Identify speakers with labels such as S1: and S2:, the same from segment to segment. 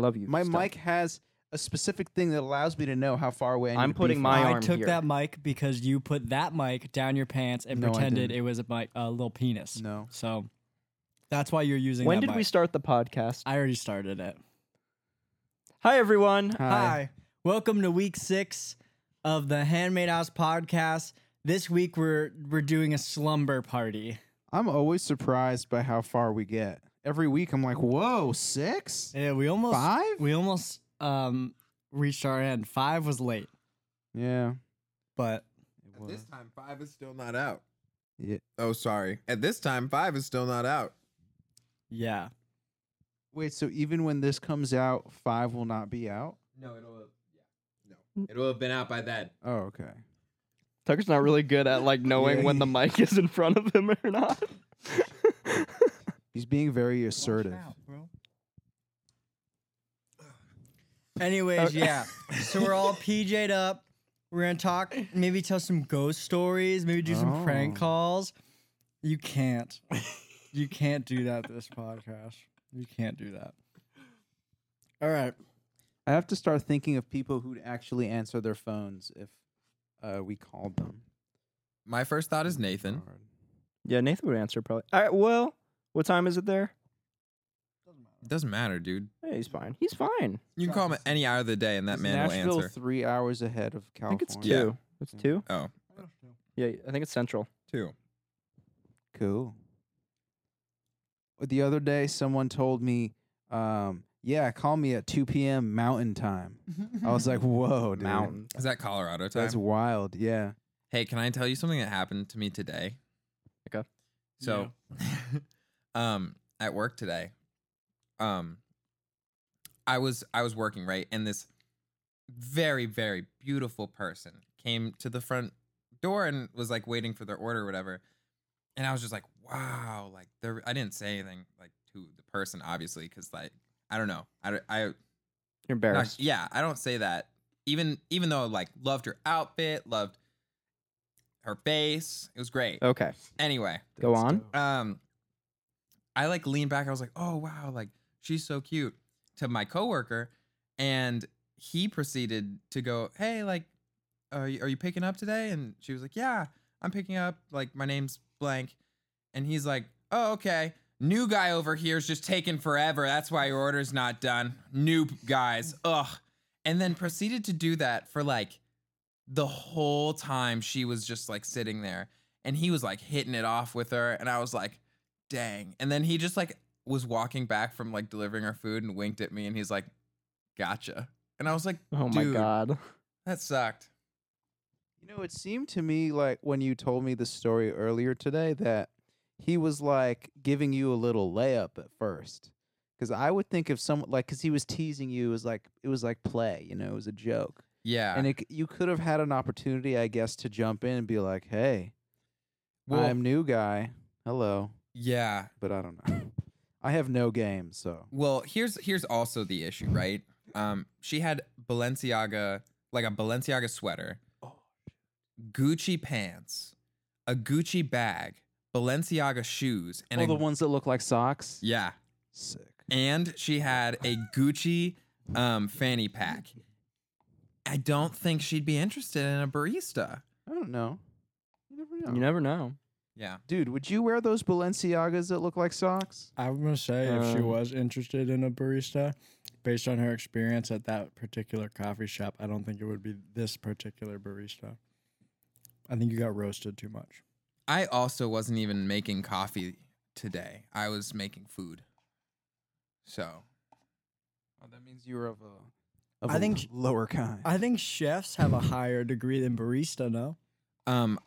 S1: love you.
S2: My
S1: stuff.
S2: mic has a specific thing that allows me to know how far away I need
S1: I'm
S2: to be
S1: putting
S2: from
S1: my
S2: it.
S1: arm
S3: I took
S1: here.
S3: that mic because you put that mic down your pants and
S2: No, I
S3: pretended
S2: didn't.
S3: it was a mic, a little penis.
S2: No.
S3: So that's why you're using.
S1: When
S3: that
S1: did we
S3: mic.
S1: start the podcast?
S3: I already started it.
S1: Hi everyone.
S3: Hi. Welcome to week six of the Handmade House podcast. This week we're we're doing a slumber party.
S2: I'm always surprised by how far we get. Every week I'm like, whoa, six?
S3: Yeah, we almost
S2: Five?
S3: we almost um reached our end. Five was late,
S2: Yeah.
S3: but
S2: It
S4: At
S2: was.
S4: this time, five is still not out.
S2: Yeah.
S4: Oh, sorry. At this time, five is still not out.
S3: yeah.
S2: Wait, so even when this comes out, five will not be out?
S4: No, it'll have, yeah. No. It'll have been out by then.
S2: Oh, okay.
S1: Tucker's not really good at like knowing
S2: Yeah,
S1: when the
S2: he-
S1: mic is in front of him or not.
S2: He's being very assertive.
S3: Anyways,
S1: Okay.
S3: yeah. So we're all PJ'd up. We're gonna talk, maybe tell some ghost stories, maybe do some prank
S2: Oh.
S3: calls. You can't. You can't do that this podcast. You can't do that. All right.
S2: I have to start thinking of people who'd actually answer their phones if uh, we called them.
S4: My first thought is Nathan.
S2: Hard.
S1: yeah, Nathan would answer probably. All right, well, what time is it there?
S4: It doesn't matter, dude.
S1: Hey, he's fine. He's fine.
S4: You can call him at any hour of the day, and that
S2: Is
S4: man
S2: Nashville
S4: will answer.
S2: three hours ahead of
S1: I
S2: California.
S1: think it's two.
S4: Yeah.
S1: It's
S2: Yeah.
S1: two.
S4: oh,
S1: Yeah, I think it's central.
S4: two.
S2: Cool. The other day, someone told me, um, "Yeah, call me at 2 p.m. Mountain Time." I was like, "Whoa, dude.
S1: Mountain.
S4: Is that Colorado time?
S2: That's wild." Yeah.
S4: Hey, can I tell you something that happened to me today?
S1: Okay.
S4: So, um, at work today, um, I was I was working right, and this very very beautiful person came to the front door and was like waiting for their order or whatever, and I was just like, wow, like there. I didn't say anything like to the person obviously because like I don't know, I don't- I
S1: You're
S4: not-
S1: embarrassed.
S4: yeah, I don't say that. Even even though like loved her outfit, loved her face, it was great.
S1: okay.
S4: Anyway,
S1: Go on.
S4: um, I like leaned back. I was like, oh wow, like she's so cute to my coworker, and he proceeded to go, hey, like, are you, are you picking up today? And she was like, yeah, I'm picking up. Like my name's blank, and he's like, oh okay. New guy over here is just taking forever. That's why your order's not done. New guys. Ugh. And then proceeded to do that for like the whole time she was just like sitting there and he was like hitting it off with her and i was like dang and then he just like was walking back from like delivering her food and winked at me and he's like gotcha and i was like
S1: Oh my
S4: Dude.
S1: god.
S4: that sucked
S2: You know, it seemed to me like when you told me the story earlier today that he was like giving you a little layup at first. Because I would think if someone like, because he was teasing you, it was like it was like play, you know, it was a joke,
S4: yeah
S2: and it, c- you could have had an opportunity, I guess, to jump in and be like, "Hey,
S4: Well-
S2: I'm new guy, hello,"
S4: yeah
S2: but I don't know. I have no game, so
S4: well here's here's also the issue right um she had balenciaga like a balenciaga sweater gucci pants a gucci bag balenciaga shoes and
S2: all
S4: a,
S2: Oh, the ones that look like socks,
S4: yeah
S2: sick.
S4: and she had a Gucci um, fanny pack. I don't think she'd be interested in a barista.
S2: I don't know. You never know.
S1: You never know.
S4: Yeah.
S2: Dude, would you wear those Balenciagas that look like socks?
S3: I'm gonna say if she
S1: Um,
S3: was interested in a barista, based on her experience at that particular coffee shop, I don't think it would be this particular barista. I think you got roasted too much.
S4: I also wasn't even making coffee today. I was making food. So
S2: Oh, that means you're of a of
S3: I
S2: a
S3: think sh-
S2: lower kind.
S3: I think chefs have a higher degree than barista, no?
S4: um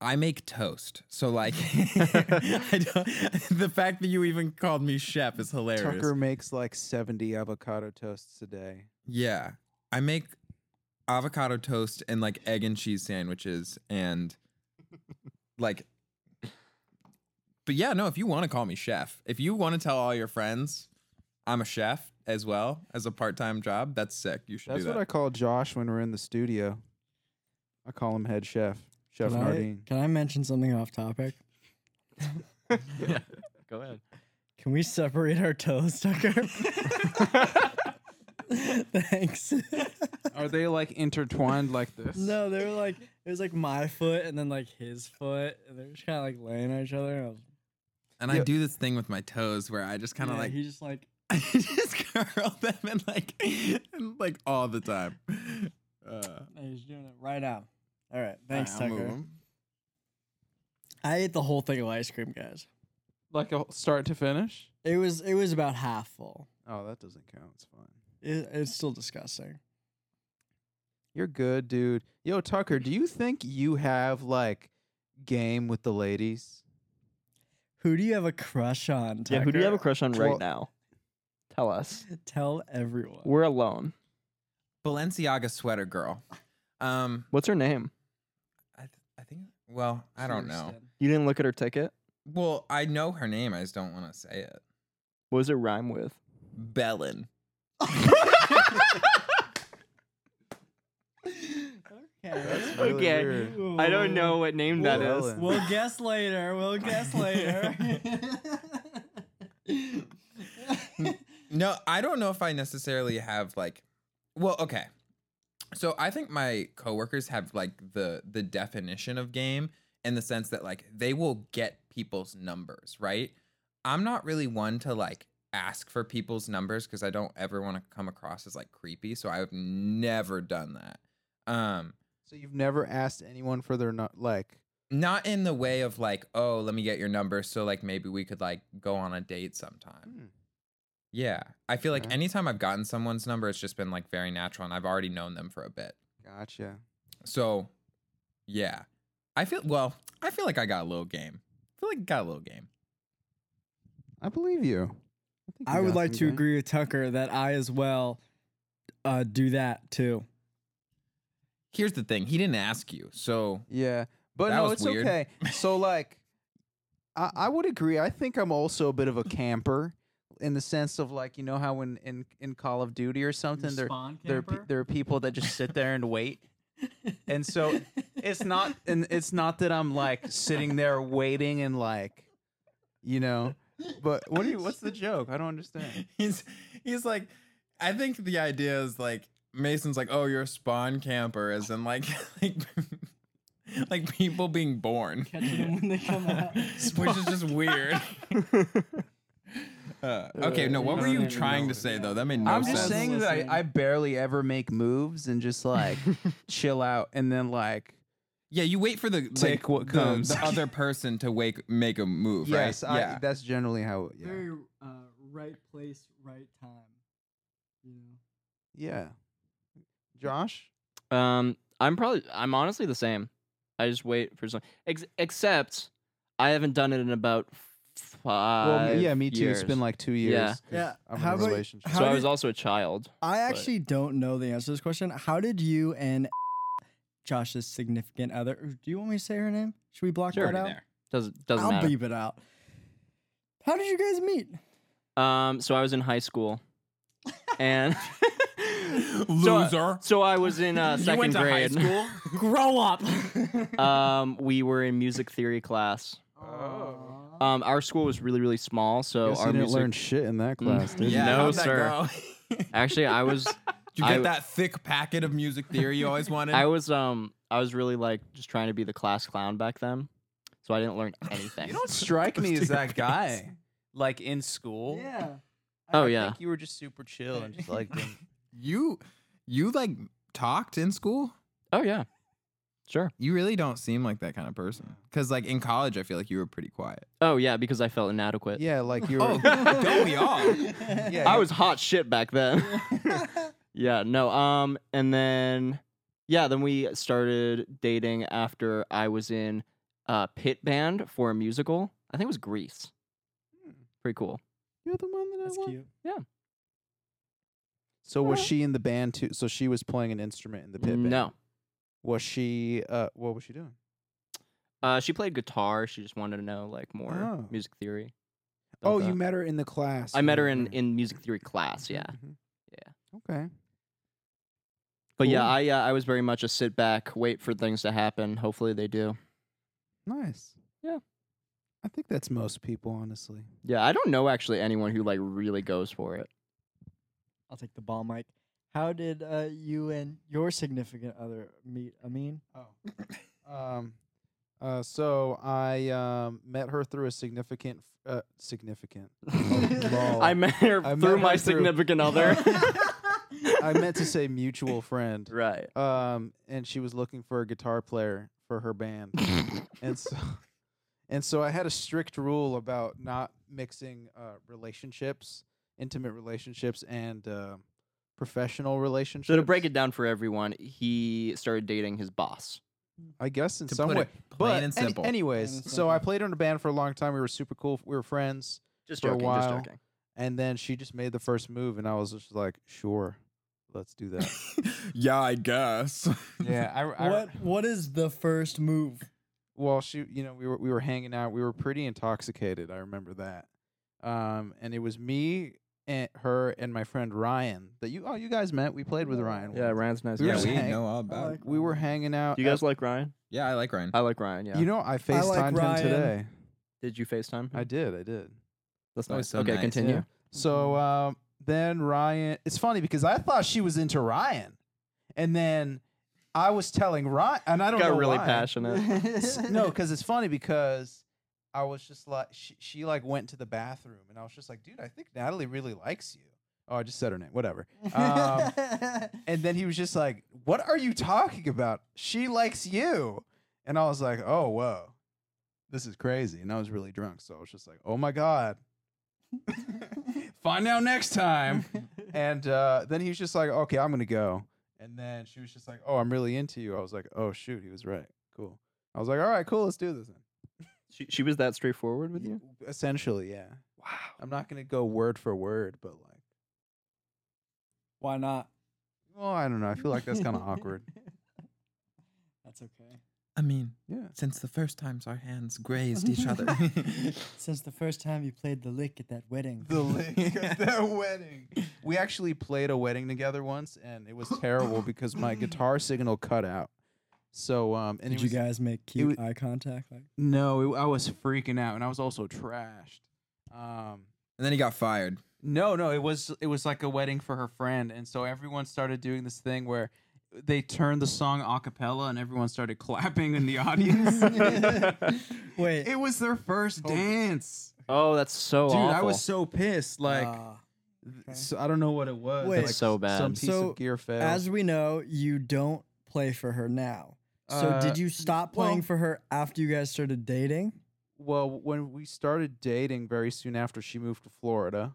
S4: I make toast. So like I don't, the fact that you even called me chef is hilarious.
S2: Tucker makes like 70 avocado toasts a day.
S4: Yeah. I make avocado toast and like egg and cheese sandwiches and like But yeah, no, if you want to call me chef, if you want to tell all your friends I'm a chef as well as a part-time job, that's sick. You should
S2: That's
S4: do that.
S2: what I call Josh when we're in the studio. I call him head chef, Chef
S3: can, I,
S2: Nardine.
S3: can I mention something off topic?
S1: Go ahead.
S3: Can we separate our toes, Tucker?
S5: Thanks.
S2: Are they like intertwined like this?
S5: no, they were like it was like my foot and then like his foot, and they were just kind of like laying on each other. And I was
S4: And I
S2: Yeah.
S4: do this thing with my toes where I just kind of
S5: yeah,
S4: like
S5: he just like
S4: I just curl them and like and, like all the time. Uh,
S5: no, he's doing it right now. All right, thanks,
S4: I'll move
S5: Tucker.
S4: 'em.
S5: I ate the whole thing of ice cream, guys.
S2: Like a start to finish?
S5: It was it was about half full.
S2: Oh, that doesn't count. It's fine.
S5: It, it's still disgusting.
S2: You're good, dude. Yo, Tucker, do you think you have like game with the ladies?
S5: Who do you have a crush on? Tucker?
S1: Yeah, who do you have a crush on
S2: Well-
S1: right now? Tell us.
S5: Tell everyone.
S1: We're alone.
S4: Balenciaga sweater girl. Um,
S1: What's her name?
S4: I, th- I think. Well, I don't know.
S5: Kirsten.
S1: You didn't look at her ticket?
S4: Well, I know her name. I just don't want to say it.
S1: What does it rhyme with?
S4: Bellin.
S2: That's
S5: Okay.
S2: really
S1: Okay.
S2: weird.
S1: I don't know what name that
S2: Well-
S1: is.
S5: We'll guess later. We'll guess later.
S4: No, I don't know if I necessarily have like well, okay. So I think my coworkers have like the the definition of game in the sense that like they will get people's numbers, right? I'm not really one to like ask for people's numbers because I don't ever want to come across as like creepy, so I've never done that. Um
S2: So you've never asked anyone for their not like
S4: not in the way of like, oh, let me get your number so like maybe we could like go on a date sometime.
S2: hmm,
S4: Yeah. I feel like
S2: Okay.
S4: anytime I've gotten someone's number, it's just been like very natural and I've already known them for a bit.
S2: gotcha.
S4: So, yeah. I feel, well, I feel like I got a little game. I feel like I got a little game.
S2: I believe you. think you
S5: I would
S2: got
S5: like
S2: some
S5: to
S2: game.
S5: agree with Tucker that I as well uh, do that too.
S4: Here's the thing he didn't ask you. So,
S2: Yeah, but
S4: That
S2: no,
S4: was
S2: it's
S4: weird.
S2: okay. So like, I, I would agree. I think I'm also a bit of a camper in the sense of like, you know how when in in Call of Duty or something, there there are pe- there are people that just sit there and wait, and so it's not and it's not that I'm like sitting there waiting and like, you know. But what do you? What's the joke? I don't understand.
S4: he's, he's like, I think the idea is like, Mason's like, oh, you're a spawn camper, as in like, like, like people being born,
S5: Catching them when they come out.
S4: which is just weird. Uh, okay, no, what were
S5: no,
S4: you
S5: no,
S4: trying
S5: no.
S4: to say though? That made no
S2: I'm
S4: sense.
S2: just saying that
S5: Listening.
S2: I, I barely ever make moves and just like chill out and then like
S4: Yeah, you wait for the
S2: Take
S4: like,
S2: what
S4: the-
S2: comes.
S4: The, other person to wake make a move,
S2: yes,
S4: right?
S2: I,
S4: yeah.
S2: that's generally how. it- Yeah.
S5: Very uh, right place, right time. You know.
S2: Yeah. Josh?
S1: Um, I'm probably I'm honestly the same. I just wait for some. Ex- except I haven't done it in about five.
S2: yeah, me too.
S1: Years.
S2: It's been like two
S1: Yeah.
S2: years. 'cause
S5: Yeah,
S2: I'm
S5: how
S2: in
S5: about-
S2: a relationship.
S1: so
S5: how
S1: I was
S5: did-
S1: also a child.
S5: I actually don't know the answer to this question. How did you and Josh's significant other? Do you want me to say her name? Should we block
S4: You're
S5: that out?
S4: already there.
S1: Doesn't doesn't
S5: I'll
S1: matter.
S5: beep it out. How did you guys meet?
S1: Um, so I was in high school, and So, uh,
S4: Loser.
S1: so I was in uh, second
S4: you went to
S1: grade.
S4: high school.
S5: Grow up.
S1: um, we were in music theory class. Um, our school was really really small, so
S2: Guess
S1: our
S2: you didn't
S1: music.
S2: learn shit in that class, did
S4: Mm. yeah,
S1: No,
S4: how'd that
S1: sir.
S4: go?
S1: Actually, I was
S4: Did you get
S1: I-
S4: that thick packet of music theory you always wanted?
S1: I was um I was really like just trying to be the class clown back then, so I didn't learn anything.
S2: You don't strike me
S4: Goes
S2: as
S4: to your
S2: that guy. Like in school.
S5: Yeah.
S1: Oh, yeah.
S2: you were just super chill and just like didn't-
S4: you you like talked in school?
S1: oh yeah, sure.
S4: You really don't seem like that kind of person. Cuz like in college I feel like you were pretty quiet.
S1: Oh yeah, because I felt inadequate.
S2: Yeah, like you
S4: Oh,
S2: were
S4: don't we all?
S2: yeah,
S1: I
S2: you-
S1: was hot shit back then. yeah, no. Um, and then yeah, then we started dating after I was in uh pit band for a musical. I think it was Grease.
S2: Hmm.
S1: Pretty cool.
S2: You're the one that
S5: That's
S2: I want.
S5: cute.
S2: So was she in the band too? So she was playing an instrument in the pit band.
S1: No,
S2: Was she uh what was she doing?
S1: uh, she played guitar. She just wanted to know like more
S2: Oh.
S1: music theory.
S2: Oh,
S1: About
S2: you
S1: that.
S2: met her in the class.
S1: I met her in
S2: Mhm,
S1: in music theory class. Yeah.
S2: mhm.
S1: Yeah.
S2: Okay.
S1: But yeah,
S2: Cool.
S1: I uh, I was very much a sit back, wait for things to happen. Hopefully they do.
S2: Nice.
S1: Yeah.
S2: I think that's most people, honestly.
S1: Yeah, I don't know actually anyone who like really goes for it.
S5: I'll take the ball, Mike.
S3: How did uh, you and your significant other meet? I mean,
S2: Oh. um, uh, so I um, met her through a significant, f- uh, significant. Oh, lol.
S1: I met her
S2: I met
S1: through
S2: her
S1: my
S2: through-
S1: significant other.
S2: I meant to say mutual friend.
S1: right.
S2: Um, and she was looking for a guitar player for her band, and so, and so I had a strict rule about not mixing uh, relationships, intimate relationships, and uh, professional relationships.
S1: So to break it down for everyone, he started dating his boss.
S2: I guess in
S4: To
S2: some
S4: put
S2: way,
S4: it plain
S2: but
S4: and
S2: any-
S4: simple.
S2: anyways,
S3: Plain and
S2: so I
S3: simple.
S2: played in a band for a long time. We were super cool. We were friends.
S1: Just
S2: For a
S1: joking. Just
S2: while.
S1: joking.
S2: And then she just made the first move, and I was just like, sure, let's do that.
S4: yeah, I guess.
S2: yeah, I,
S5: What What is the first move?
S2: Well, she, you know, we were we were hanging out. We were pretty intoxicated. I remember that. Um, and it was me and her and my friend Ryan that you oh you guys met. We played with Ryan. once.
S1: Ryan's nice.
S2: We were
S4: yeah, we
S2: saying-
S4: know all about it.
S2: We were hanging out.
S1: you guys
S2: at-
S1: like Ryan?
S4: Yeah, I like Ryan.
S1: I like Ryan. Yeah.
S2: You know, I
S5: like
S2: FaceTimed him
S5: Ryan.
S2: today.
S1: Did you Facetime?
S2: I did. I did.
S1: That's
S4: That
S1: nice.
S4: was so
S1: okay,
S4: nice.
S1: continue.
S2: Yeah.
S5: Mm-hmm.
S2: So um, then Ryan, it's funny because I thought she was into Ryan, and then I was telling Ryan, and I don't know
S1: Got really
S2: why.
S1: passionate.
S2: S- no, because it's funny because I was just like she, she like went to the bathroom and I was just like, dude, I think Natalie really likes you. Oh, I just said her name. Whatever. Um, and then he was just like, "What are you talking about? She likes you." And I was like, "Oh, whoa, this is crazy." And I was really drunk, so I was just like, "Oh my god." Find out next time. Um, and uh, then he was just like, "Okay, I'm gonna go." And then she was just like, "Oh, I'm really into you." I was like, "Oh shoot, he was right. Cool." I was like, "All right, cool, let's do this." Then.
S1: She, she was that straightforward with you?
S2: Essentially, yeah. Wow. I'm not gonna go word for word, but like,
S5: Why not?
S2: well, I don't know. I feel like that's kind of awkward.
S5: That's okay.
S4: I mean,
S2: Yeah.
S4: since the first times our hands grazed each other.
S3: Since the first time you played the lick at that wedding.
S2: the link at that wedding. We actually played a wedding together once, and it was terrible because my guitar signal cut out. So, um, and
S5: Did
S2: it
S5: you
S2: was,
S5: guys make cute
S2: wa-
S5: eye contact? Like,
S2: No, it, I was freaking out, and I was also trashed. Um,
S4: And then he got fired.
S2: no, no, it was it was like a wedding for her friend, and so everyone started doing this thing where they turned the song a cappella, and everyone started clapping in the audience.
S5: wait,
S2: it was their first dance,
S1: Oh, that's so
S2: dude. I
S1: awful.
S2: was so pissed, like.
S5: uh,
S2: Th- So I don't know what it was.
S5: Wait.
S2: like
S1: That's so bad.
S2: Some piece
S5: So,
S2: of gear failed.
S5: as we know, you don't play for her now. So
S2: Uh,
S5: did you stop playing
S2: well-
S5: for her after you guys started dating?
S2: well, when we started dating, very soon after she moved to Florida,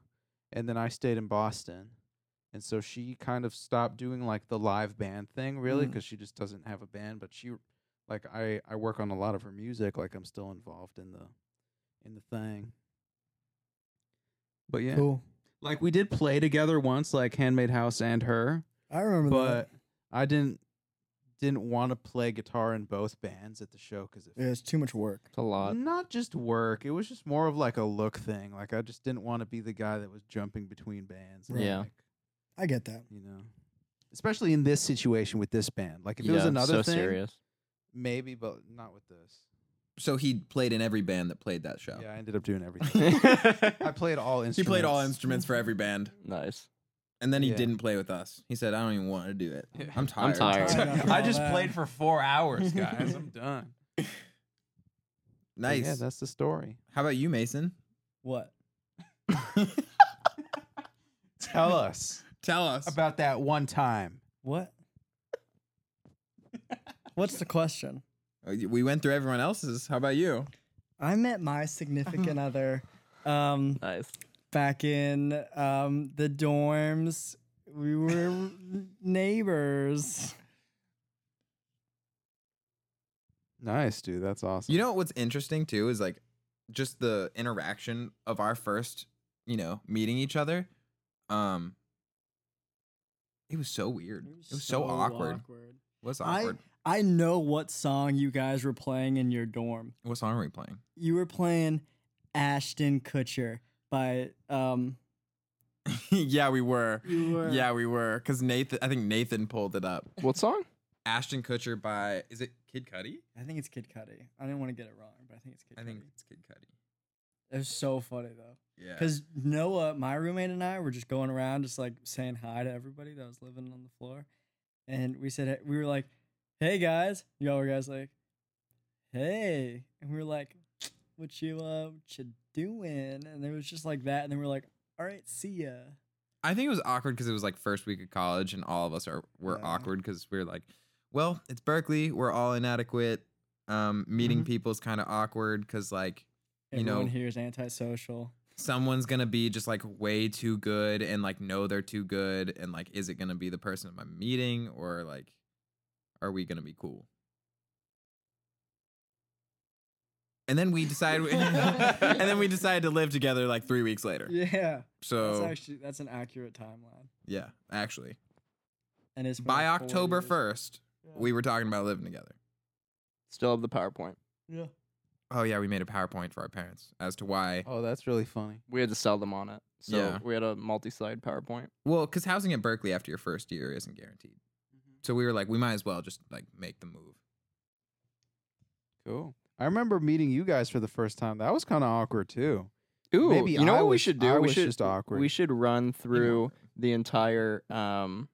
S2: and then I stayed in Boston, and so she kind of stopped doing like the live band thing, really,
S5: Mm.
S2: because she just doesn't have a band. But she, like, I I work on a lot of her music. Like, I'm still involved in the in the thing. But yeah,
S5: Cool.
S2: like we did play together once, like Handmade House and her.
S5: I remember that.
S2: but I didn't didn't want to play guitar in both bands at the show because it
S5: Yeah, it's too much work.
S1: It's a lot.
S2: not just work. It was just more of like a look thing. Like I just didn't want to be the guy that was jumping between bands. and,
S1: Yeah.
S2: like,
S5: I get that.
S2: you know, especially in this situation with this band. Like if
S1: yeah,
S2: it was another
S1: so
S2: thing,
S1: serious.
S2: maybe, but not with this.
S4: So he played in every band that played that show.
S2: Yeah, I ended up doing everything. I
S1: nice.
S2: played all instruments.
S4: He played all instruments for every band. And then he
S2: Yeah.
S4: didn't play with us. He said, I don't even want to do it.
S2: Yeah.
S4: I'm tired.
S1: tired.
S5: Tired after
S2: I
S5: all
S2: just
S5: that.
S2: played for four hours, guys. I'm done. But
S4: Nice.
S2: Yeah, that's the story.
S4: How about you, Mason?
S5: What?
S2: Tell us
S4: Tell us.
S2: about that one time.
S5: What? What's the question?
S4: Uh, we went through everyone else's. How about you?
S3: I met my significant other um,
S1: Nice.
S3: back in um, the dorms. We were neighbors.
S2: Nice, dude. That's awesome.
S4: You know what's interesting too is like just the interaction of our first, you know, meeting each other. Um it was so weird. It was, so, awkward. What's
S3: I,
S4: awkward?
S3: I know what song you guys were playing in your dorm.
S4: What song are we playing?
S3: You were playing Ashton Kutcher by um
S4: yeah, we were.
S3: you were
S4: Yeah, we were. Cause Nathan I think Nathan pulled it up.
S1: What song?
S4: Ashton Kutcher by is it Kid Cudi?
S3: I think it's Kid Cudi. I didn't want to get it wrong, but I think it's Kid
S4: I
S3: Cudi.
S4: think it's Kid Cudi.
S3: It was so funny though,
S4: Yeah.
S3: because Noah, my roommate, and I were just going around, just like saying hi to everybody that was living on the floor, and we said we were like, "Hey guys," y'all were guys like, "Hey," and we were like, "What you uh, what you doing?" And it was just like that, and then we are like, "All right, see ya."
S4: I think it was awkward because it was like first week of college, and all of us are were
S2: Yeah.
S4: awkward because we are like, well, it's Berkeley, we're all inadequate. Um,
S1: Mhm.
S4: meeting
S3: Mm-hmm.
S4: people's kind of awkward because like You
S3: Everyone
S4: know-
S3: here is antisocial.
S4: someone's gonna be just like way too good and like know they're too good and like is it gonna be the person I'm meeting or like are we gonna be cool? And then we decide, and then we decided to live together like three weeks later.
S3: Yeah, that's
S4: So
S3: actually that's an accurate timeline,
S4: yeah, actually,
S3: and it's been
S4: by
S3: like four
S4: October
S3: years.
S4: first, we were talking about living together.
S1: Still have the PowerPoint.
S3: Yeah.
S4: Oh yeah, we made a PowerPoint for our parents as to why.
S2: Oh, that's really funny.
S1: We had to sell them on it. So
S4: Yeah.
S1: we had a multi-slide PowerPoint.
S4: Well, because housing at Berkeley after your first year isn't guaranteed,
S2: Mm-hmm.
S4: so we were like, we might as well just like make the move.
S2: Cool. I remember meeting you guys for the first time. That was kind of awkward too.
S1: Ooh,
S2: Maybe
S1: you know
S2: I
S1: what we
S2: was-
S1: should do?
S2: I
S1: we
S2: was
S1: should
S2: just awkward.
S1: We should run through the entire. Um,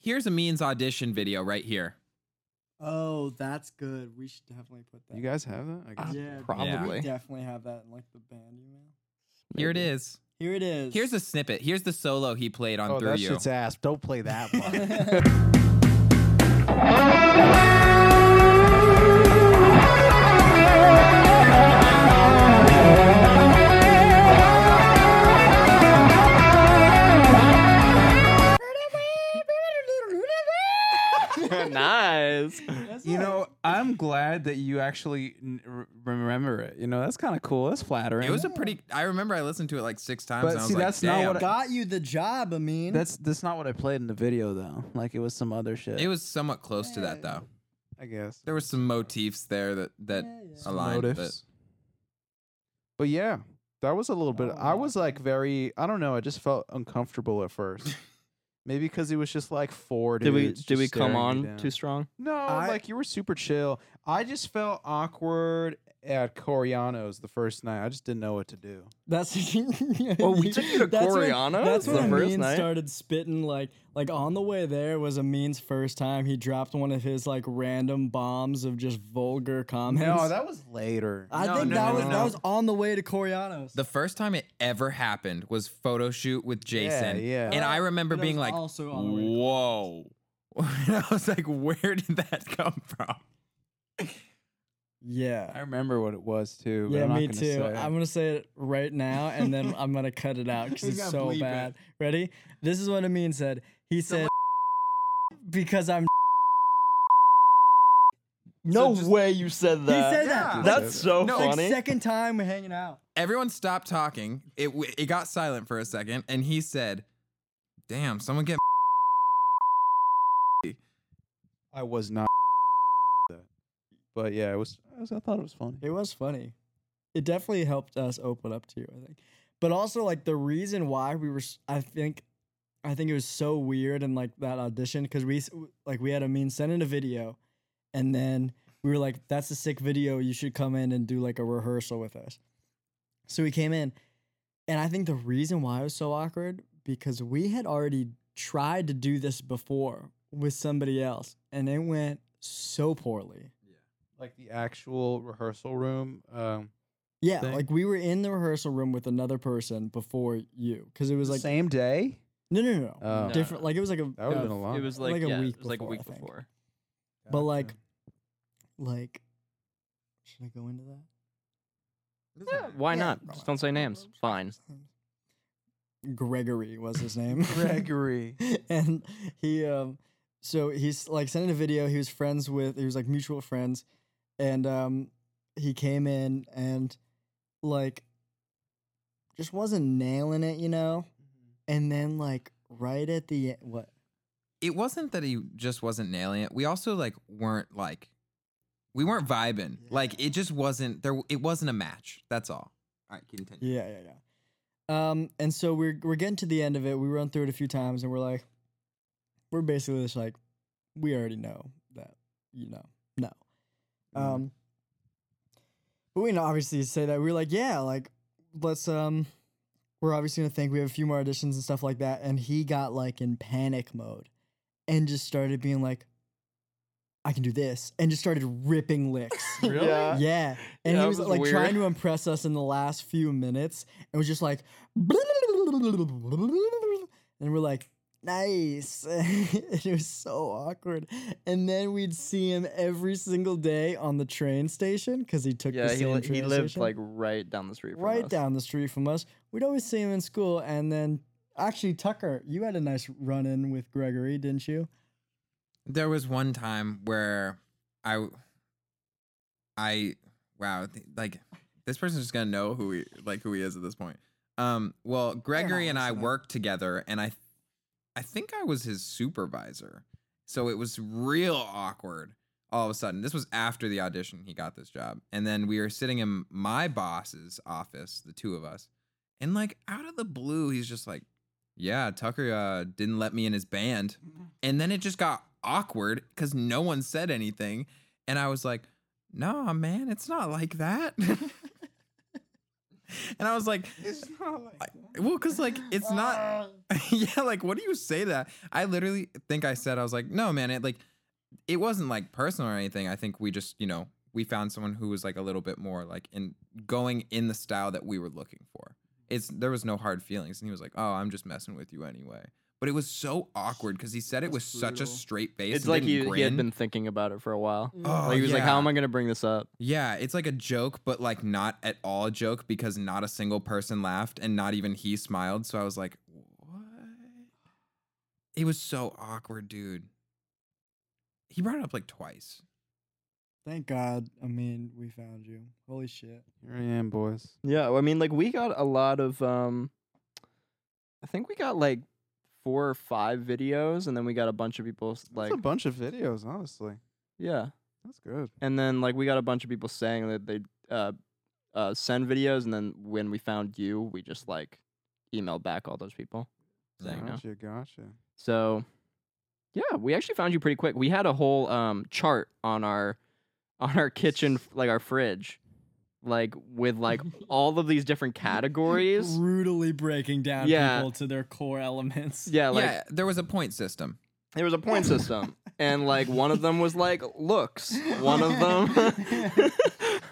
S4: Here's a means audition video right here.
S3: Oh, that's good. We should definitely put that.
S2: You guys have that? I guess.
S3: Yeah,
S1: probably.
S3: We definitely have that in like the band email.
S4: Here it
S1: maybe.
S4: is.
S3: Here it is.
S4: Here's a snippet. Here's the solo he played on
S2: Oh,
S4: Through
S2: that
S4: You.
S2: shit's ass. Don't play that one.
S1: nice.
S2: you know, I'm glad that you actually n- r- remember it. You know, that's kind of cool. That's flattering.
S4: It was a pretty. I remember I listened to it like six times.
S2: But
S4: and I was
S2: see,
S4: like,
S2: that's not what
S4: "Damn."
S2: I-
S3: got you the job. I mean,
S2: That's that's not what I played in the video though. Like it was some other shit.
S4: It was somewhat close to that though.
S2: I guess.
S4: There were some motifs there that that
S3: Yeah, yeah. Some
S4: aligned.
S2: Motives.
S4: That,
S2: But yeah, that was a little bit.
S3: Oh,
S2: I
S3: yeah.
S2: was like very. I don't know. I just felt uncomfortable at first. Maybe because it was just like four.
S1: Did we
S2: dudes
S1: did
S2: just
S1: we come
S2: staring me
S1: on
S2: down.
S1: too strong?
S2: No,
S3: I-
S2: like you were super chill. I just felt awkward at Coriano's the first night. I just didn't know what to do.
S3: that's.
S1: Oh, we took you to
S3: That's when-
S1: Coriano's
S3: That's when
S1: the first
S3: Amin
S1: night?
S3: started spitting like like on the way there was Amin's first time he dropped one of his like random bombs of just vulgar comments.
S2: No, that was later.
S3: I
S4: No,
S3: think
S4: no,
S3: that
S4: no,
S3: was
S4: no,
S3: that
S4: no.
S3: was on the way to Coriano's.
S4: the first time it ever happened was photo shoot with Jason.
S2: yeah.
S4: And I remember
S3: That
S4: being
S3: was
S4: like,
S3: also on the way to
S4: "Whoa!" and I was like, "Where did that come from?"
S2: I
S3: Yeah.
S2: remember what it was too. but
S3: Yeah,
S2: I'm not
S3: me
S2: gonna
S3: too.
S2: say it.
S3: I'm gonna say it right now, and then I'm gonna cut it out because
S4: You
S3: it's
S4: gotta
S3: so
S4: bleep it.
S3: bad. Ready? This is what Amin said. He said, "Because I'm."
S1: No
S4: just-
S1: way you said that.
S3: said that.
S4: Yeah.
S1: That's so
S4: No,
S3: Like
S1: funny.
S3: second time we're hanging out.
S4: Everyone stopped talking. It w- it got silent for a second, and he said, "Damn, someone get."
S2: I was not that. But yeah, it was. I, was, I thought it was funny.
S3: It was funny. It definitely helped us open up to you, I think. But also, like the reason why we were, s- I think, I think it was so weird and like that audition because we s- like we had a mean send in a video, and then we were like, "That's a sick video. You should come in and do like a rehearsal with us." So we came in, and I think the reason why it was so awkward because we had already tried to do this before with somebody else, and it went so poorly.
S2: Like the actual rehearsal room. Um,
S3: Yeah,
S2: thing?
S3: like we were in the rehearsal room with another person before you, because it was
S2: the
S3: like
S2: same day.
S3: no, no, no, no,
S2: Oh. No.
S3: different. Like it was like a,
S2: That would have
S1: No,
S2: been a lot.
S1: It was like,
S3: Like a
S1: yeah,
S3: week
S1: it was like a
S3: before,
S1: week
S3: I think.
S1: before.
S3: but like, like, should I go into that?
S1: Why
S3: Yeah,
S1: not?
S3: bro.
S1: Just don't say names. Fine.
S3: Gregory was his name.
S2: Gregory.
S3: and he um so he's like sending a video he was friends with he was like mutual friends and um he came in and like just wasn't nailing it you know and then like right at the end what
S4: it wasn't that he just wasn't nailing it. We also like weren't like we weren't vibing. Like it just wasn't there. It wasn't a match. That's all. All right, continue.
S3: yeah yeah yeah um and so we're we're getting to the end of it we run through it a few times and we're like we're basically just like we already know that you know no
S2: Mm.
S3: um But we didn't obviously say that. We were like, yeah, like let's um we're obviously gonna think we have a few more auditions and stuff like that. And he got like in panic mode and just started being like, I can do this, and just started ripping licks.
S4: Really?
S1: Yeah.
S3: yeah. And
S1: that
S3: he was,
S1: was
S3: like
S1: weird.
S3: trying to impress us in the last few minutes and was just like and we're like, nice. and it was so awkward. And then we'd see him every single day on the train station because he took
S1: Yeah,
S3: the
S1: he,
S3: same
S1: li-
S3: train
S1: he lived
S3: station
S1: like right down the street from
S3: right
S1: us.
S3: down the street from us. We'd always see him in school, and then actually, Tucker, you had a nice run in with Gregory, didn't you?
S4: There was one time where I, I, wow, th- like this person's just gonna know who he like who he is at this point. Um, well, Gregory and I
S3: listening.
S4: worked together, and I, I think I was his supervisor, so it was real awkward. All of a sudden, this was after the audition. He got this job, and then we were sitting in my boss's office, the two of us, and like out of the blue, he's just like, "Yeah, Tucker uh, didn't let me in his band." And then it just got awkward because no one said anything. And I was like, nah, man, it's not like that. and I was like,
S2: It's not like
S4: well, because like it's not, yeah, like what do you say that? I literally think I said, I was like, no, man, it like, it wasn't like personal or anything. I think we just, you know, we found someone who was like a little bit more like in going in the style that we were looking for. It's there was no hard feelings, and he was like, "Oh, I'm just messing with you anyway." But it was so awkward because he said it with
S1: That's
S4: such a
S1: brutal.
S4: straight face.
S1: It's
S4: and
S1: like he,
S4: didn't
S1: he had
S4: grin.
S1: been thinking about it for a while.
S4: Oh,
S1: like he was like,
S4: yeah.
S1: "How am I going to bring this up?"
S4: Yeah, it's like a joke, but like not at all a joke because not a single person laughed and not even he smiled. So I was like, what? It was so awkward, dude. He brought it up like twice.
S3: Thank God. I mean, we found you. Holy shit.
S2: Here I am, boys.
S1: Yeah, well, I mean, like we got a lot of. um I think we got like four or five videos, and then we got a bunch of people s-
S2: That's
S1: like,
S2: a bunch of videos, honestly.
S1: yeah,
S2: That's good.
S1: and then like we got a bunch of people saying that they uh, uh send videos, and then when we found you, we just like emailed back all those people. Saying, no.
S2: Gotcha, gotcha.
S1: So, yeah, we actually found you pretty quick. We had a whole um, chart on our on our kitchen, like our fridge, like with like all of these different categories.
S3: Brutally breaking down
S1: Yeah.
S3: people to their core elements.
S1: Yeah, like
S4: yeah, there was a point system.
S1: there was a point system, and like one of them was like looks. One of them,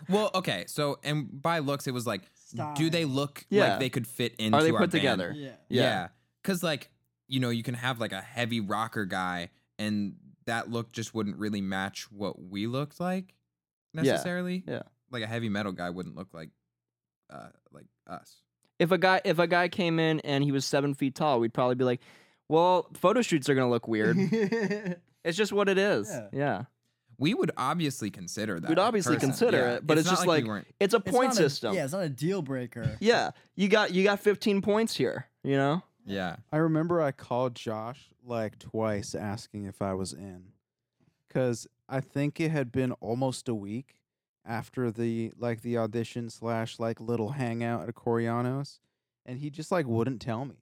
S4: Well, okay, so and by looks, it was like, do they look
S1: Yeah.
S4: like they could fit into
S1: are they
S4: our
S1: put
S4: band?
S1: together?
S3: Yeah.
S1: Yeah.
S4: Yeah. Cause like, you know, you can have like a heavy rocker guy and that look just wouldn't really match what we looked like necessarily.
S1: yeah.
S4: Like a heavy metal guy wouldn't look like uh like us.
S1: If a guy if a guy came in and he was seven feet tall, we'd probably be like, well, photo shoots are gonna look weird. it's just what it is.
S3: Yeah.
S1: yeah.
S4: We would obviously consider that.
S1: We'd obviously
S4: person.
S1: consider it, but it's
S4: not
S1: just
S4: like,
S1: like-
S4: we weren't.
S1: It's a
S3: It's
S1: point
S3: not a-
S1: system.
S3: yeah, it's not a deal breaker.
S1: yeah you got you got 15 points here you know
S4: Yeah.
S2: I remember I called Josh like twice asking if I was in. Cause I think it had been almost a week after the like the audition slash like little hangout at Corianos. And he just like wouldn't tell me.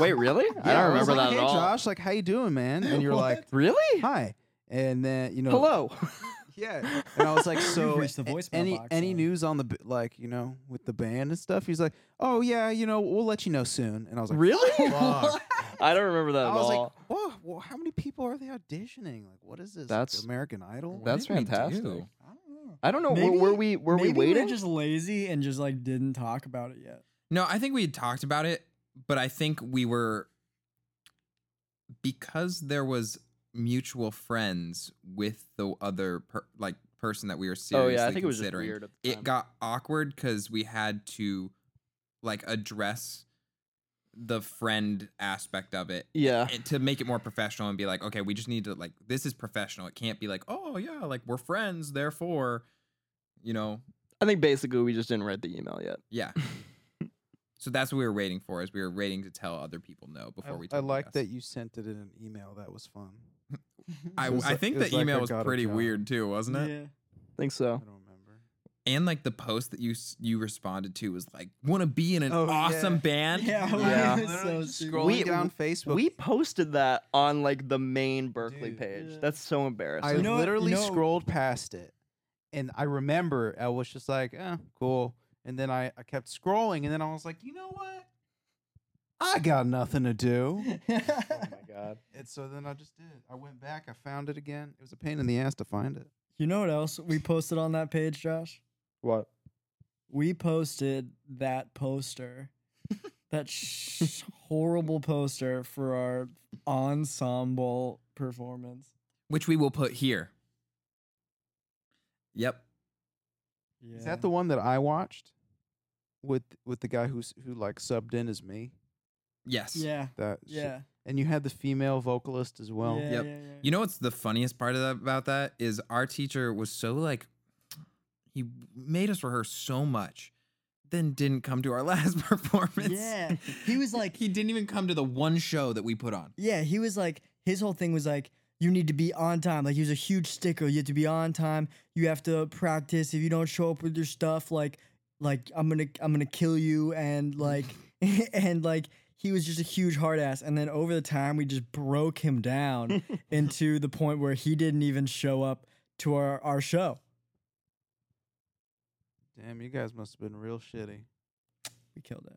S1: wait really i
S2: Yeah,
S1: don't
S2: was
S1: remember
S2: like,
S1: that
S2: hey,
S1: at all
S2: Josh, like, how you doing, man? And you're like,
S1: really
S2: hi. And then you know,
S1: hello
S2: yeah. And I was like,
S3: You've
S2: so
S3: reached the
S2: a-
S3: voicemail
S2: any
S3: box
S2: any
S3: now."
S2: news on the b- like you know with the band and stuff? He's like, oh yeah, you know, we'll let you know soon. And I was like,
S1: really
S2: Fuck.
S1: i don't remember that
S2: I
S1: at
S2: was like,
S1: all
S2: whoa, well, how many people are they auditioning? Like, what is this? like,
S1: That's-
S2: American Idol.
S1: that's
S4: did we
S1: fantastic
S4: do?
S3: I don't know.
S1: i don't know were-
S3: Maybe-
S1: were we were
S3: Maybe
S1: we waiting
S3: We're just lazy and just like didn't talk about it yet.
S4: No, I think we had talked about it, but I think we were because there was mutual friends with the other per, like person that we were
S1: oh
S4: seriously
S1: yeah i think it was just
S4: considering.
S1: weird at the
S4: it
S1: time.
S4: got awkward because we had to like address the friend aspect of it
S1: yeah
S4: and to make it more professional and be like okay we just need to like this is professional it can't be like oh yeah like we're friends therefore you know
S1: i think basically we just didn't read the email yet
S4: yeah so that's what we were waiting for is we were waiting to tell other people no before we
S2: I, I
S4: told
S2: like
S4: yes.
S2: that you sent it in an email. That was fun.
S4: I,
S2: it was
S4: I
S2: like-
S4: think
S2: it
S4: the
S2: was like I
S4: email was
S2: got a
S4: pretty
S2: job.
S4: weird too wasn't it
S3: Yeah.
S1: think
S2: I
S1: so
S2: don't remember.
S4: and like the post that you s- you responded to was like want to be in an
S2: Oh, yeah.
S4: awesome band
S3: Yeah.
S1: Yeah.
S3: it was so stupid.
S2: Scrolling
S1: We-
S2: down Facebook,
S1: we posted that on like the main berkeley
S2: Dude.
S1: page
S3: Yeah.
S1: that's so
S2: I
S1: embarrassing
S3: You know what- you
S2: literally
S3: know-
S2: scrolled past it, and I remember I was just like, eh, cool. And then I, I kept scrolling, and then I was like, you know what? I got nothing to do.
S3: Oh
S5: god.
S2: And so then I just did. it. I went back. I found it again. It was a pain in the ass to find it.
S3: You know what else we posted on that page, Josh?
S5: What?
S3: We posted that poster, that sh- horrible poster for our ensemble performance.
S4: which we will put here. Yep.
S3: Yeah.
S2: Is that the one that I watched with with the guy who's who like subbed in as me?
S4: Yes.
S3: Yeah.
S2: That shit.
S3: Yeah.
S2: And you had the female vocalist as well.
S3: yeah,
S4: Yep.
S3: yeah, yeah.
S4: You know what's the funniest part of that, about that is our teacher was so like he made us rehearse so much, then didn't come to our last performance.
S3: Yeah, he was like-
S4: he didn't even come to the one show that we put on.
S3: Yeah, he was like, his whole thing was like, you need to be on time. Like, he was a huge sticker. You have to be on time. You have to practice. If you don't show up with your stuff, like, like I'm gonna, I'm gonna kill you. And like, and like, he was just a huge hard ass. And then over the time, we just broke him down into the point where he didn't even show up to our our show.
S2: Damn, you guys must have been real shitty.
S3: We killed him.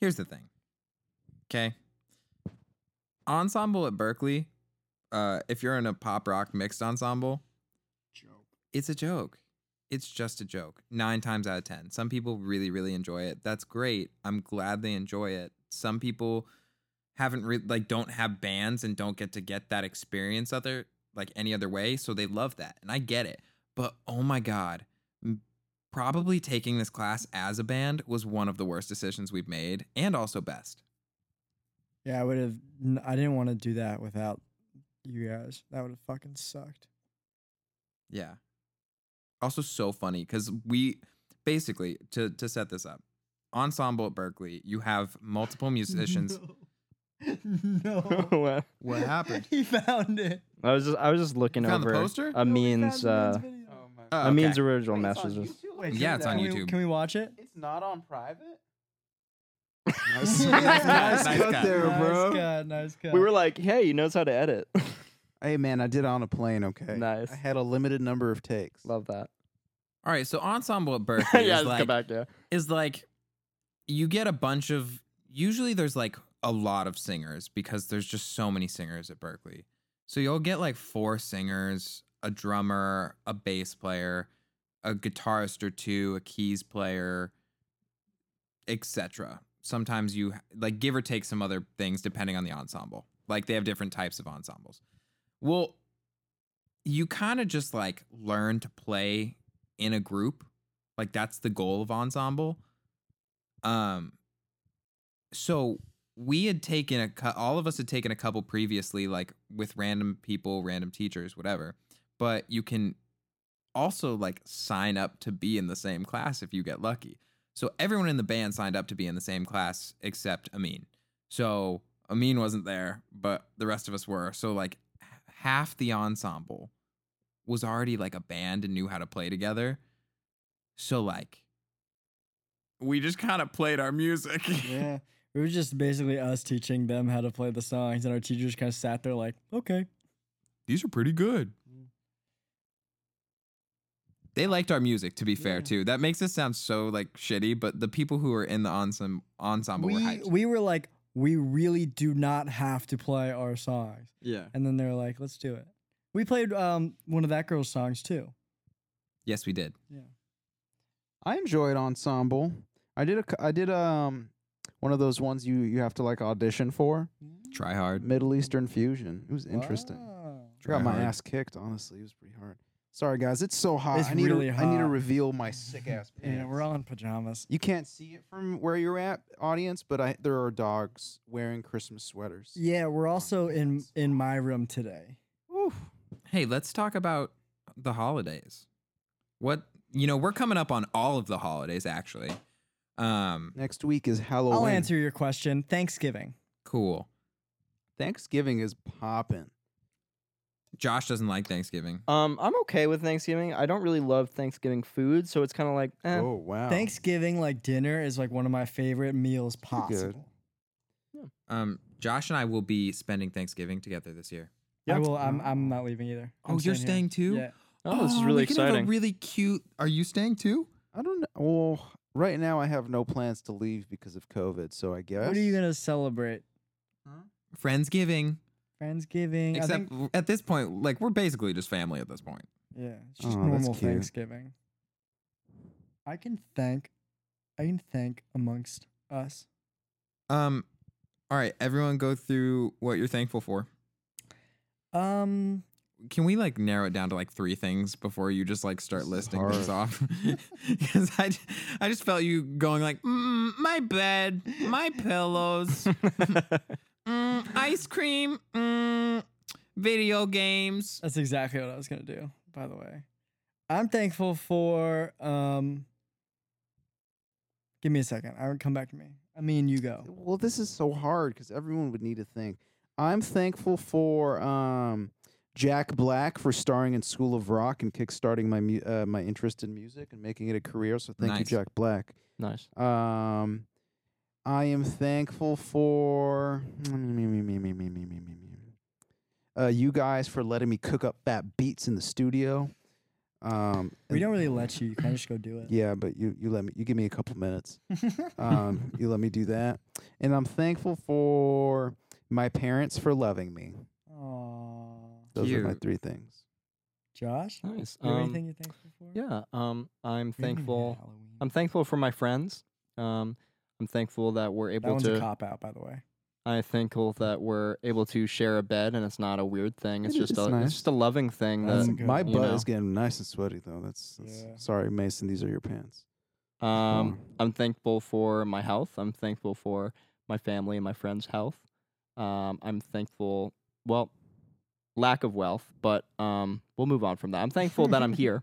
S4: Here's the thing. Okay. Ensemble at Berkeley, uh, if you're in a pop rock mixed ensemble, it's a joke. It's just a joke. Nine times out of 10. Some people really, really enjoy it. That's great. I'm glad they enjoy it. Some people haven't, re- like, don't have bands and don't get to get that experience other, like, any other way. So they love that. And I get it. But oh my God, m- probably taking this class as a band was one of the worst decisions we've made and also best.
S3: Yeah, I would have. I didn't want to do that without you guys. That would have fucking sucked.
S4: Yeah. Also so funny because we basically to to set this up, ensemble at Berkeley, you have multiple musicians.
S3: No.
S1: Well,
S4: What happened?
S3: he found it.
S1: I was just I was just looking
S4: You found the
S1: over
S4: poster?
S1: a means uh,
S2: Oh my
S4: Oh,
S1: a means
S4: okay.
S1: original messages.
S4: Yeah, it's on
S3: Can we,
S4: YouTube.
S3: can we watch it?
S2: It's not on private.
S3: Nice
S4: Nice
S2: cut
S4: cut.
S2: there, bro.
S3: Nice cut, nice cut.
S1: We were like, hey, he knows how to edit.
S2: Hey man, I did it on a plane. Okay,
S1: Nice.
S2: I had a limited number of takes.
S1: Love that.
S4: All right, so ensemble at Berkeley
S1: yeah,
S4: is,
S1: let's go
S4: like,
S1: back. Yeah.
S4: is like you get a bunch of usually there's like a lot of singers because there's just so many singers at Berkeley. So you'll get like four singers, a drummer, a bass player, a guitarist or two, a keys player, etc. Sometimes you like give or take some other things depending on the ensemble. Like they have different types of ensembles. Well, you kind of just like learn to play in a group. Like that's the goal of ensemble. Um so we had taken a cut all of us had taken a couple previously like with random people, random teachers, whatever. But you can also like sign up to be in the same class if you get lucky. So everyone in the band signed up to be in the same class except Amin. So Amin wasn't there, but the rest of us were. So like h- half the ensemble was already like a band and knew how to play together. So like we just kind of played our music.
S3: yeah. It was just basically us teaching them how to play the songs, and our teachers kind of sat there like, okay.
S4: These are pretty good. They liked our music, to be fair,
S3: Yeah.
S4: too. That makes us sound so like shitty, but the people who were in the ensemble ensemble were
S3: We,
S4: hyped.
S3: we were like, we really do not have to play our songs.
S1: Yeah.
S3: And then they were like, let's do it. We played um, one of that girl's songs too.
S4: yes, we did.
S2: I enjoyed ensemble. I did a c- I did um one of those ones you you have to like audition for
S4: Try hard.
S2: Middle Eastern fusion. It was interesting.
S3: Wow.
S2: I got
S4: Try
S2: my
S4: hard.
S2: ass kicked. Honestly, it was pretty hard. Sorry guys, it's so hot.
S3: It's
S2: I need
S3: really
S2: to, I need to
S3: hot.
S2: reveal my sick ass pants.
S3: Yeah, we're all in pajamas.
S2: You can't see it from where you're at, audience, but I there are dogs wearing Christmas sweaters.
S3: Yeah, we're also in in my room today.
S2: Oof.
S4: Hey, let's talk about the holidays. What you know, we're coming up on all of the holidays actually. Um,
S2: Next week is Halloween.
S3: I'll answer your question. Thanksgiving.
S4: cool.
S2: Thanksgiving is popping.
S4: Josh doesn't like Thanksgiving.
S1: Um, I'm okay with Thanksgiving. I don't really love Thanksgiving food, so it's kind of like,
S3: Uh,
S1: eh.
S2: Oh wow.
S3: Thanksgiving, like dinner, is like one of my favorite meals
S2: Pretty good.
S3: possible.
S4: Um, Josh and I will be spending Thanksgiving together this year.
S2: Mm.
S3: I will. I'm. I'm not leaving either.
S4: Oh,
S3: I'm
S4: you're
S3: staying here.
S4: staying too?
S3: Yeah.
S1: Oh, this is really
S4: we can have
S1: exciting.
S4: a really cute. Are you staying too?
S2: I don't know. Well, right now I have no plans to leave because of COVID, so I guess.
S3: What are you gonna celebrate?
S4: Friendsgiving.
S3: Friendsgiving. I
S4: Except
S3: think,
S4: w- at this point, like we're basically just family at this point.
S3: yeah, it's just
S2: Oh, that's
S3: normal
S2: cute.
S3: Thanksgiving. I can thank, I can thank amongst us.
S4: Um, all right, everyone, go through what you're thankful for.
S3: Um,
S4: Can we like narrow it down to like three things before you just like start
S2: This is
S4: listing
S2: hard.
S4: things off? Because I, j- I just felt you going like, mm, my bed, my pillows, mm, ice cream, mm, video games.
S3: that's exactly what I was gonna do. By the way, I'm thankful for. Um, give me a second. I come back to me. I mean, you go.
S2: Well, this is so hard because everyone would need a thing. I'm thankful for um, Jack Black for starring in School of Rock and kickstarting my mu- uh, my interest in music and making it a career. So thank you,
S4: Nice.
S2: Jack Black.
S1: nice.
S2: Um, I am thankful for mm, uh, you guys for letting me cook up fat beats in the studio. Um,
S3: We
S2: and-
S3: don't really let you. You kind of just go do it.
S2: Yeah, but you you let me you give me a couple minutes. um, you let me do that, and I'm thankful for my parents for loving me.
S3: Aw.
S2: Those are my
S4: Cute.
S2: three things.
S3: Josh, you
S1: Nice.
S3: have
S1: Um,
S3: anything you're thankful for?
S1: yeah. Um, I'm
S3: We haven't even hit
S1: thankful.
S3: Halloween.
S1: I'm thankful for my friends. Um, I'm thankful that we're
S3: that
S1: able
S3: one's a
S1: to.
S3: cop out, by the way.
S1: I'm thankful that we're able to share a bed, and it's not a weird thing. It's
S2: It
S1: just
S2: is
S1: a.
S2: nice.
S1: It's just a loving thing.
S3: That's
S1: That
S3: a
S2: Um,
S3: good
S2: my
S3: one.
S2: butt
S1: You
S2: is getting nice and sweaty though. That's, that's
S3: Yeah.
S2: sorry, Mason. These are your pants.
S1: Um,
S2: Sure.
S1: I'm thankful for my health. I'm thankful for my family and my friends' health. Um, I'm thankful, well, lack of wealth, but um, we'll move on from that. I'm thankful that I'm here,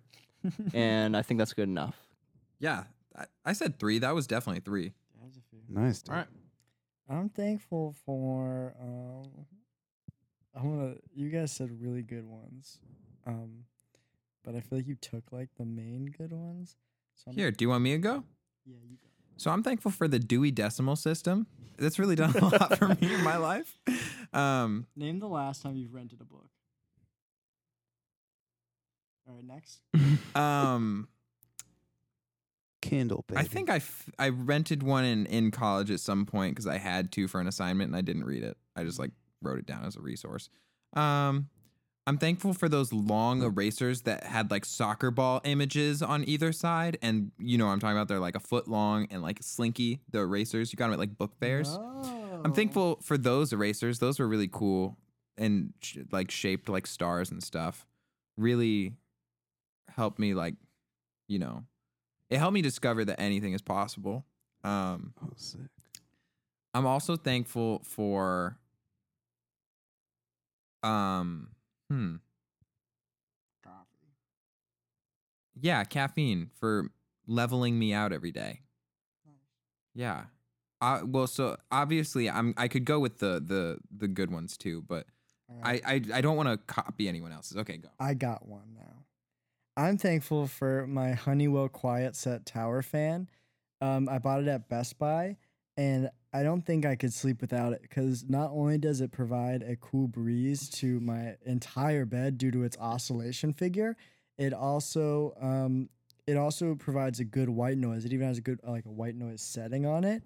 S1: and I think that's good enough.
S4: Yeah, I, I said three. That was definitely three.
S3: That was a few.
S2: Nice. Dude.
S4: All right.
S3: I'm thankful for um I wanna you guys said really good ones. Um but I feel like you took like the main good ones. So I'm
S4: Here, do you want me to go?
S3: Yeah, you go.
S4: So I'm thankful for the Dewey Decimal System. That's really done a lot for me in my life. Um,
S3: Name the last time you've rented a book. All right, next.
S4: um,
S2: Kindle, baby.
S4: I think I, f- I rented one in, in college at some point because I had to for an assignment and I didn't read it. I just like wrote it down as a resource. Um, I'm thankful for those long erasers that had like soccer ball images on either side. And you know what I'm talking about. They're like a foot long and like slinky, the erasers. You got them at like book fairs. I'm thankful for those erasers. Those were really cool and sh- like shaped like stars and stuff. Really helped me like, you know, it helped me discover that anything is possible. Um,
S2: Oh, sick.
S4: I'm also thankful for, um, hmm, yeah, caffeine for leveling me out every day. Yeah. I, well, so obviously, I'm. I could go with the the the good ones too, but I I, I don't want to copy anyone else's. Okay, go.
S3: I got one now. I'm thankful for my Honeywell Quiet Set Tower fan. Um, I bought it at Best Buy, and I don't think I could sleep without it because not only does it provide a cool breeze to my entire bed due to its oscillation figure, it also um, it also provides a good white noise. It even has a good like a white noise setting on it.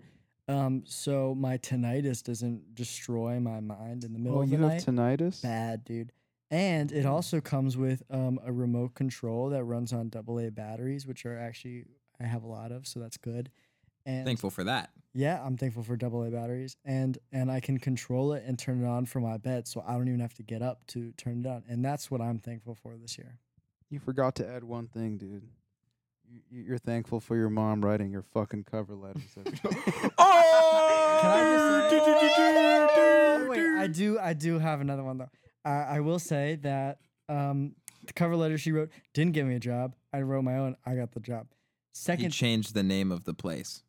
S3: Um, so my tinnitus doesn't destroy my mind in the middle
S2: Oh,
S3: of the
S2: you have
S3: night
S2: tinnitus.
S3: bad, dude. And it also comes with um, a remote control that runs on AA batteries, which are actually I have a lot of, so that's good. And
S4: Thankful for that.
S3: yeah, I'm thankful for AA batteries, and and I can control it and turn it on from my bed, so I don't even have to get up to turn it on, and that's what I'm thankful for this year.
S2: You forgot to add one thing, dude. You- you- You're thankful for your mom writing your fucking cover letters. every day.
S3: Can
S2: Oh!
S3: I just
S4: Oh,
S3: say- Wait, I do, I do have another one though. I, I will say that um, the cover letter she wrote didn't give me a job. I wrote my own. I got the job.
S4: He
S3: Second
S4: changed the name of the place.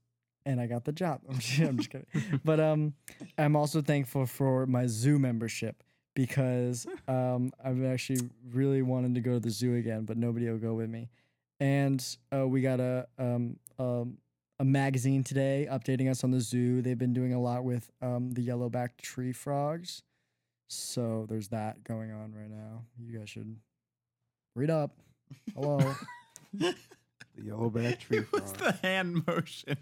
S3: and I got the job. I'm just, I'm just kidding. But um, I'm also thankful for my zoo membership because um, I've actually really wanted to go to the zoo again, but nobody will go with me. And uh, we got a um, um, a magazine today updating us on the zoo. They've been doing a lot with um, the yellowback tree frogs, so there's that going on right now. You guys should read up.
S5: Hello.
S2: The yellow back tree
S4: It was
S2: frog.
S4: the hand motion.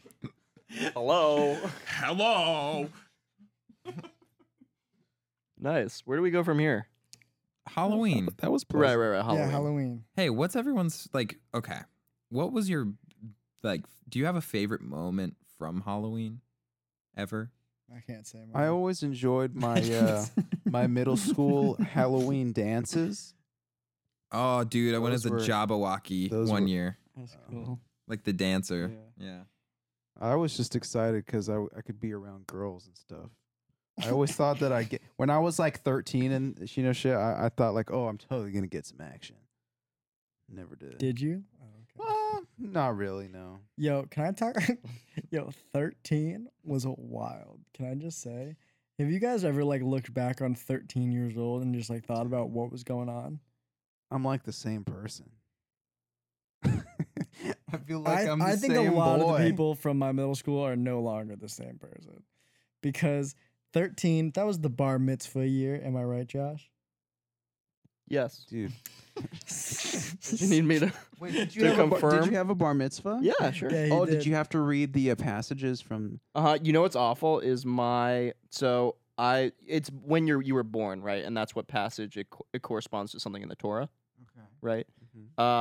S1: Hello.
S4: Hello.
S1: nice. Where do we go from here?
S4: Halloween.
S2: That was
S1: Right,
S2: pleasant.
S1: right, right. Halloween.
S3: Yeah, Halloween.
S4: Hey, what's everyone's like? Okay, what was your like? Do you have a favorite moment from Halloween ever?
S3: I can't say.
S2: I
S3: mine.
S2: always enjoyed my uh, my middle school Halloween dances.
S4: Oh, dude, I went
S2: Those
S4: as a
S2: were-
S4: Jabberwocky
S2: those
S4: one
S2: were-
S4: year,
S3: That's
S2: Um,
S3: cool.
S4: like the dancer.
S3: Yeah.
S4: Yeah.
S2: I was just excited because I, w- I could be around girls and stuff. I always thought that I get when I was like 13 and you know shit. I, I thought like, oh, I'm totally gonna get some action. Never did.
S3: Did you? Oh, okay.
S2: Well, not really. No.
S3: Yo, can I talk? Yo, thirteen was a wild. Can I just say, have you guys ever like looked back on thirteen years old and just like thought about what was going on?
S2: I'm like the same person. I feel like
S3: I,
S2: I, am the
S3: I think
S2: same
S3: a lot
S2: boy.
S3: of the people from my middle school are no longer the same person because thirteen that was the bar mitzvah year. Am I right, Josh?
S1: Yes.
S2: Dude,
S1: You need me to?
S2: wait, did
S1: you To have a bar- did
S2: did
S1: confirm?
S2: you
S1: you
S2: have a bar mitzvah?
S1: Yeah, sure.
S3: Yeah, he
S2: Oh, did you have to read the uh, passages from?
S1: Uh, you know what's awful is my so I it's when you're you were born right, and that's what passage it, co- it corresponds to something in the Torah,
S2: Okay. Mm-hmm.
S1: right?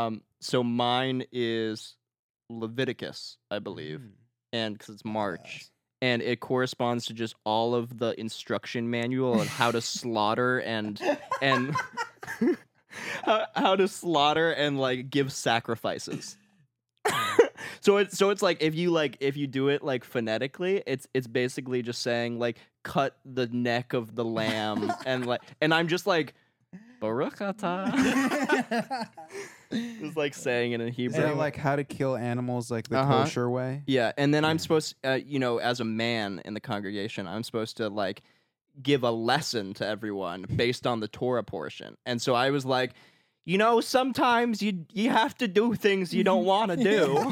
S1: Um, so mine is Leviticus, I believe,
S2: Mm.
S1: and because it's March,
S3: Yes.
S1: and it corresponds to just all of the instruction manual on how to slaughter and and how, how to slaughter and like give sacrifices. so it's so it's like if you like if you do it like phonetically, it's it's basically just saying like cut the neck of the lamb and like and I'm just like Baruch atah. just like saying it in
S2: Is
S1: Hebrew.
S2: that like how to kill animals, like the
S1: Uh-huh.
S2: kosher way?
S1: Yeah, and then I'm
S2: Yeah.
S1: supposed, uh, you know, as a man in the congregation, I'm supposed to like give a lesson to everyone based on the Torah portion. And so I was like, you know, sometimes you you have to do things you don't want to do,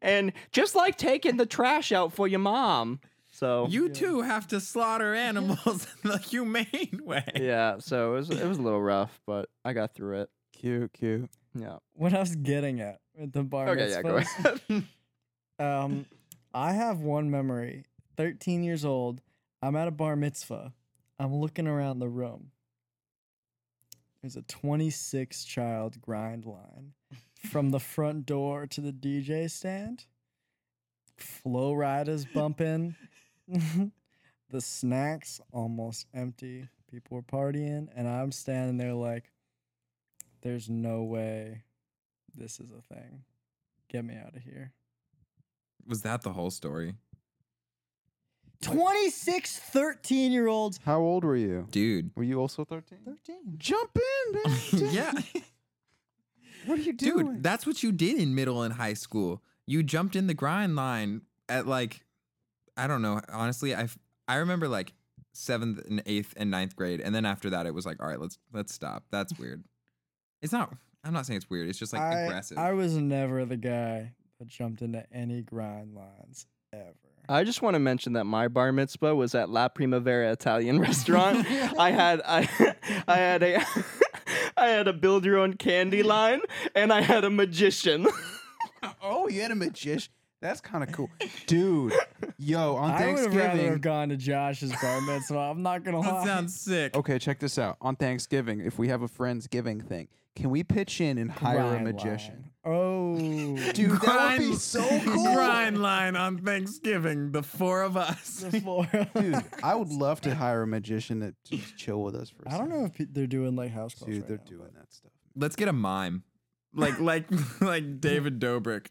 S1: and just like taking the trash out for your mom. So
S4: You too have to slaughter animals in the humane way.
S1: yeah, so it was it was a little rough, but I got through it.
S2: Cute, cute.
S1: Yeah.
S3: what I was getting at at the bar
S1: Okay. Yeah. Go
S3: mitzvahs
S1: ahead.
S3: Um, I have one memory. 13 years old. I'm at a bar mitzvah. I'm looking around the room. There's a 26 child grind line from the front door to the DJ stand. Flow riders bumping. the snacks almost empty. People were partying, and I'm standing there like, there's no way this is a thing. Get me out of here.
S4: Was that the whole story?
S3: 26 13 year olds
S2: How old were you?
S4: Dude.
S2: Were you also 13?
S3: 13
S2: Jump in, man.
S4: yeah.
S2: What are you doing?
S4: Dude, that's what you did in middle and high school. You jumped in the grind line at like, I don't know. Honestly, I I remember like seventh and eighth and ninth grade, and then after that, it was like, all right, let's let's stop. That's weird. It's not. I'm not saying it's weird. It's just like
S3: I,
S4: aggressive.
S3: I was never the guy that jumped into any grind lines ever
S2: Uh,
S1: I just want to mention that my bar mitzvah was at La Primavera Italian restaurant. I had I I had a I had a build your own candy line and I had a magician.
S2: oh, you had a magician. That's kind of cool, dude. Yo, on
S3: i would have rather have
S2: Thanksgiving.
S3: gone to josh's bar mitzvah i'm not gonna
S4: that
S3: lie
S4: sounds sick.
S2: Okay, check this out. On Thanksgiving, if we have a Friendsgiving thing, can we pitch in and hire a
S3: Grind
S2: magician?
S3: line. oh
S2: Dude, that would be
S4: Grind-
S2: so cool.
S4: Grind line on Thanksgiving, the four of us.
S3: the floor
S2: Dude, I would love to hire a magician to to just chill with us for. a
S3: i don't
S2: second.
S3: know if pe- they're doing like house calls
S2: dude.
S3: right
S2: they're
S3: now,
S2: doing that stuff.
S4: Let's get a mime, like like like David Dobrik.
S3: but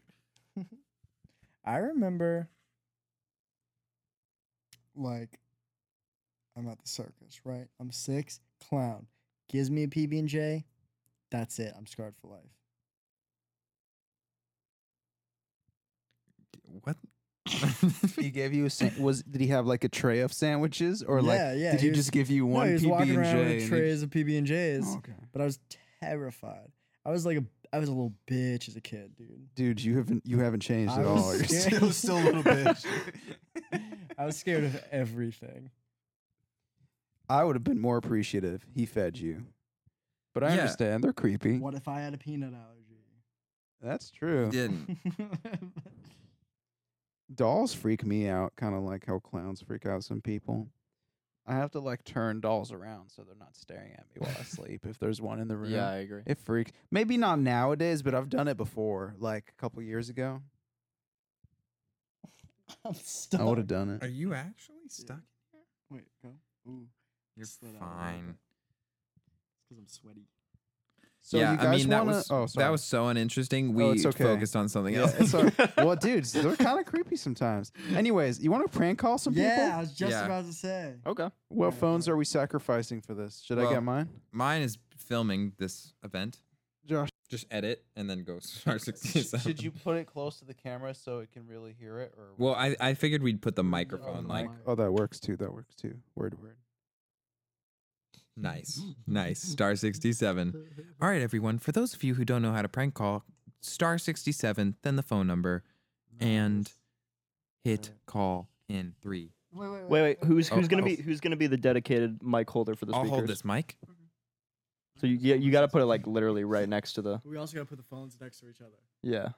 S3: i remember like i'm at the circus right i'm six clown gives me a pb&j that's it i'm scarred for life
S4: What?
S2: He gave you a sa- was did he have like a tray of sandwiches or
S3: Yeah,
S2: like
S3: yeah,
S2: did
S3: he
S2: he,
S3: was-
S2: just give you
S3: no,
S2: one
S3: he was
S2: PB
S3: walking
S2: and Oh.
S3: around
S2: J?
S3: with trays of PB and J's,
S2: okay.
S3: but I was terrified. I was like a, I was a little bitch as a kid, dude.
S2: Dude, you haven't you haven't changed
S3: I
S2: at
S3: was
S2: all. You're
S3: scared.
S2: still still a little bitch.
S3: I was scared of everything.
S2: I would have been more appreciative. He fed you. But I
S4: Yeah.
S2: understand they're creepy.
S3: What if I had a peanut allergy?
S2: That's true.
S4: Didn't.
S2: Hmm. Dolls freak me out, kind of like how clowns freak out some people. I have to like turn dolls around so they're not staring at me while I sleep. If there's one in the room,
S1: Yeah, I agree.
S2: it freaks. Maybe not nowadays, but I've done it before, like a couple years ago.
S3: I'm
S2: I
S3: stuck.
S2: would have done
S4: Are
S2: it.
S4: you actually stuck?
S3: Wait, go. Ooh,
S4: You're
S3: slid out a little
S4: fine.
S3: bit. It's because I'm sweaty.
S2: So
S4: yeah,
S2: you guys
S4: I mean that
S2: wanna-
S4: was
S2: oh, sorry.
S4: that was so uninteresting. We
S2: Oh, it's okay.
S4: focused on something
S2: Yeah,
S4: else.
S2: it's all- well, dudes, they're kind of creepy sometimes. Anyways, you want to prank call some
S3: yeah, I
S2: people?
S3: was just
S4: Yeah.
S3: about to say.
S1: Okay.
S2: What
S3: Yeah,
S2: phones
S3: right.
S2: are we sacrificing for this? Should I
S4: Well-
S2: get mine?
S4: Mine is filming this event.
S2: Josh,
S4: Just edit and then go star sixty-seven.
S2: should you put it close to the camera so it can really hear it? Or
S4: Well, I I figured we'd put the
S3: Oh,
S4: microphone
S3: the
S4: like
S3: mic.
S2: oh, that works too. That works too. Word, word.
S4: nice, nice star sixty-seven. All right, everyone. For those of you who don't know how to prank call, star sixty-seven, then the phone number, and hit call in three.
S3: Wait, wait,
S1: Wait, wait. Who's
S4: Oh,
S1: who's gonna be
S4: oh.
S1: who's gonna be the dedicated mic holder for the
S4: I'll
S1: speakers?
S4: hold this mic.
S1: So you yeah, you got to put it like literally right next to the
S3: We also gotta put the phones next to each other.
S1: yeah.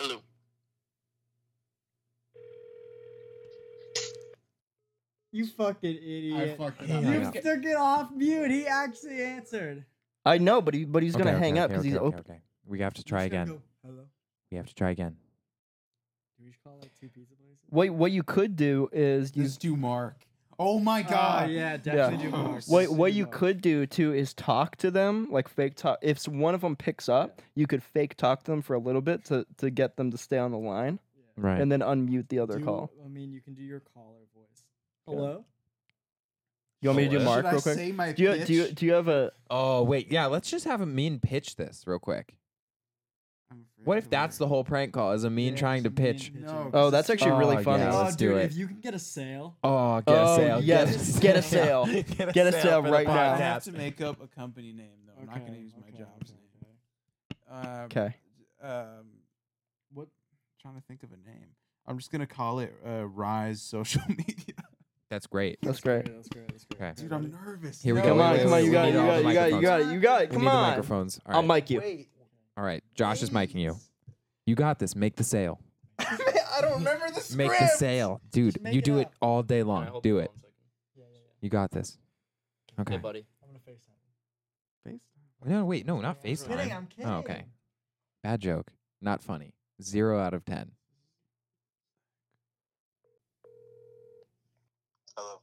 S6: Hello.
S3: You fucking idiot!
S5: fucked
S4: up.
S3: you
S4: Yeah.
S3: took it off mute. He actually answered.
S1: I know, but he but he's gonna
S7: Okay,
S1: hang
S7: okay,
S1: up
S7: okay,
S1: because he's
S7: okay,
S1: open.
S7: okay. We have to
S3: You
S7: try
S3: just gotta
S7: again.
S3: go, Hello.
S7: We have to try again.
S3: Do we should call like two pizza places?
S1: What what you could do is you
S2: do Mark. Oh my
S3: Oh, yeah, definitely
S1: Yeah.
S3: do more.
S1: what what
S3: Do
S1: you
S3: more.
S1: could do too is talk to them like fake talk. If s- one of them picks up, you could fake talk to them for a little bit to to get them to stay on the line,
S7: Right.
S1: and then unmute the other
S3: Do-
S1: call.
S3: I mean, you can do your caller voice.
S1: Yeah.
S3: Hello.
S1: You want me to do
S4: Should
S1: Mark real quick? Do you do you do you have a
S7: oh wait, yeah. Let's just have a mean pitch this real quick. What if that's the whole prank call? Is a mean
S3: Yeah,
S7: trying to
S3: just a mean
S7: pitch?
S3: pitch.
S2: No,
S1: Oh, that's actually really
S7: Oh,
S1: funny.
S7: yeah,
S3: oh,
S7: let's
S3: dude,
S7: do it.
S3: if you can get a sale.
S7: Oh, get
S1: Oh,
S7: a sale.
S1: yes, get a sale.
S7: Get a
S1: Get a sale
S7: for the
S1: right now.
S2: I have
S7: podcast.
S2: to make up a company name though. I'm not going to
S3: Okay,
S2: use my
S3: okay,
S2: job's
S3: okay,
S2: name.
S3: okay.
S2: Um,
S1: okay?
S2: Um, what? trying to think of a name. I'm just going to call it uh, Rise Social Media.
S7: That's great.
S1: That's great.
S3: That's great. That's great.
S7: Okay.
S3: that's
S2: Dude,
S3: great.
S2: I'm nervous.
S7: Here we
S2: No,
S7: go.
S1: Come
S7: wait,
S1: on,
S7: wait,
S1: come on,
S7: wait,
S1: you
S7: we
S1: got
S7: need
S1: it, you
S7: all the
S1: got it, you got it, you got it, you got it.
S7: We need
S1: Come
S7: the
S1: on,
S7: microphones. All
S1: I'll
S7: right.
S1: mic you.
S7: All right. Josh is micing you. You got this. Make the sale.
S2: I don't remember the
S7: Make the sale, dude.
S3: Just make
S7: You
S3: it
S7: do it
S3: up.
S7: all day long. Do it. You got this. Okay.
S1: buddy.
S3: I'm gonna FaceTime.
S7: No, wait, no, not
S3: I'm kidding.
S7: FaceTime.
S3: I'm kidding.
S7: Oh, okay. Bad joke. Not funny. Zero out of ten.
S6: Hello.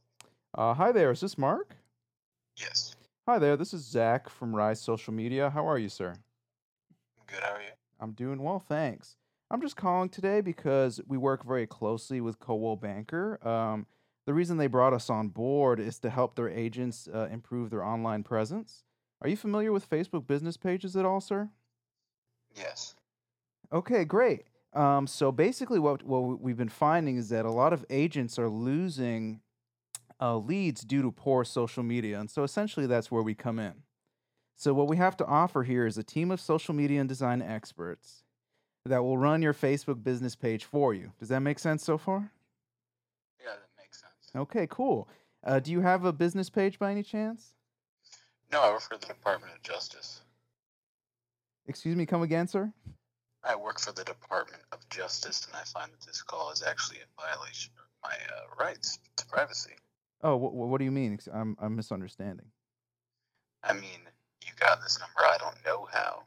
S2: Uh, hi there. Is this Mark?
S6: Yes.
S2: Hi there. This is Zach from Rise Social Media. How are you, sir?
S6: Good. How are you?
S2: I'm doing well, thanks. I'm just calling today because we work very closely with Coldwell Banker. Um, the reason they brought us on board is to help their agents uh, improve their online presence. Are you familiar with Facebook business pages at all, sir?
S6: Yes.
S2: Okay, great. Um, so basically, what what we- we've been finding is that a lot of agents are losing uh, leads due to poor social media, and so essentially that's where we come in. So what we have to offer here is a team of social media and design experts that will run your Facebook business page for you. Does that make sense so far?
S6: Yeah, that makes sense.
S2: Okay, cool. Uh, do you have a business page by any chance?
S6: No, I work for the Department of Justice.
S2: Excuse me, come again, sir.
S6: I work for the Department of Justice, and I find that this call is actually a violation of my uh, rights to privacy.
S2: Oh, wh- wh- what do you mean? Ex- I'm I'm misunderstanding.
S6: I mean, you got this number. I don't know how.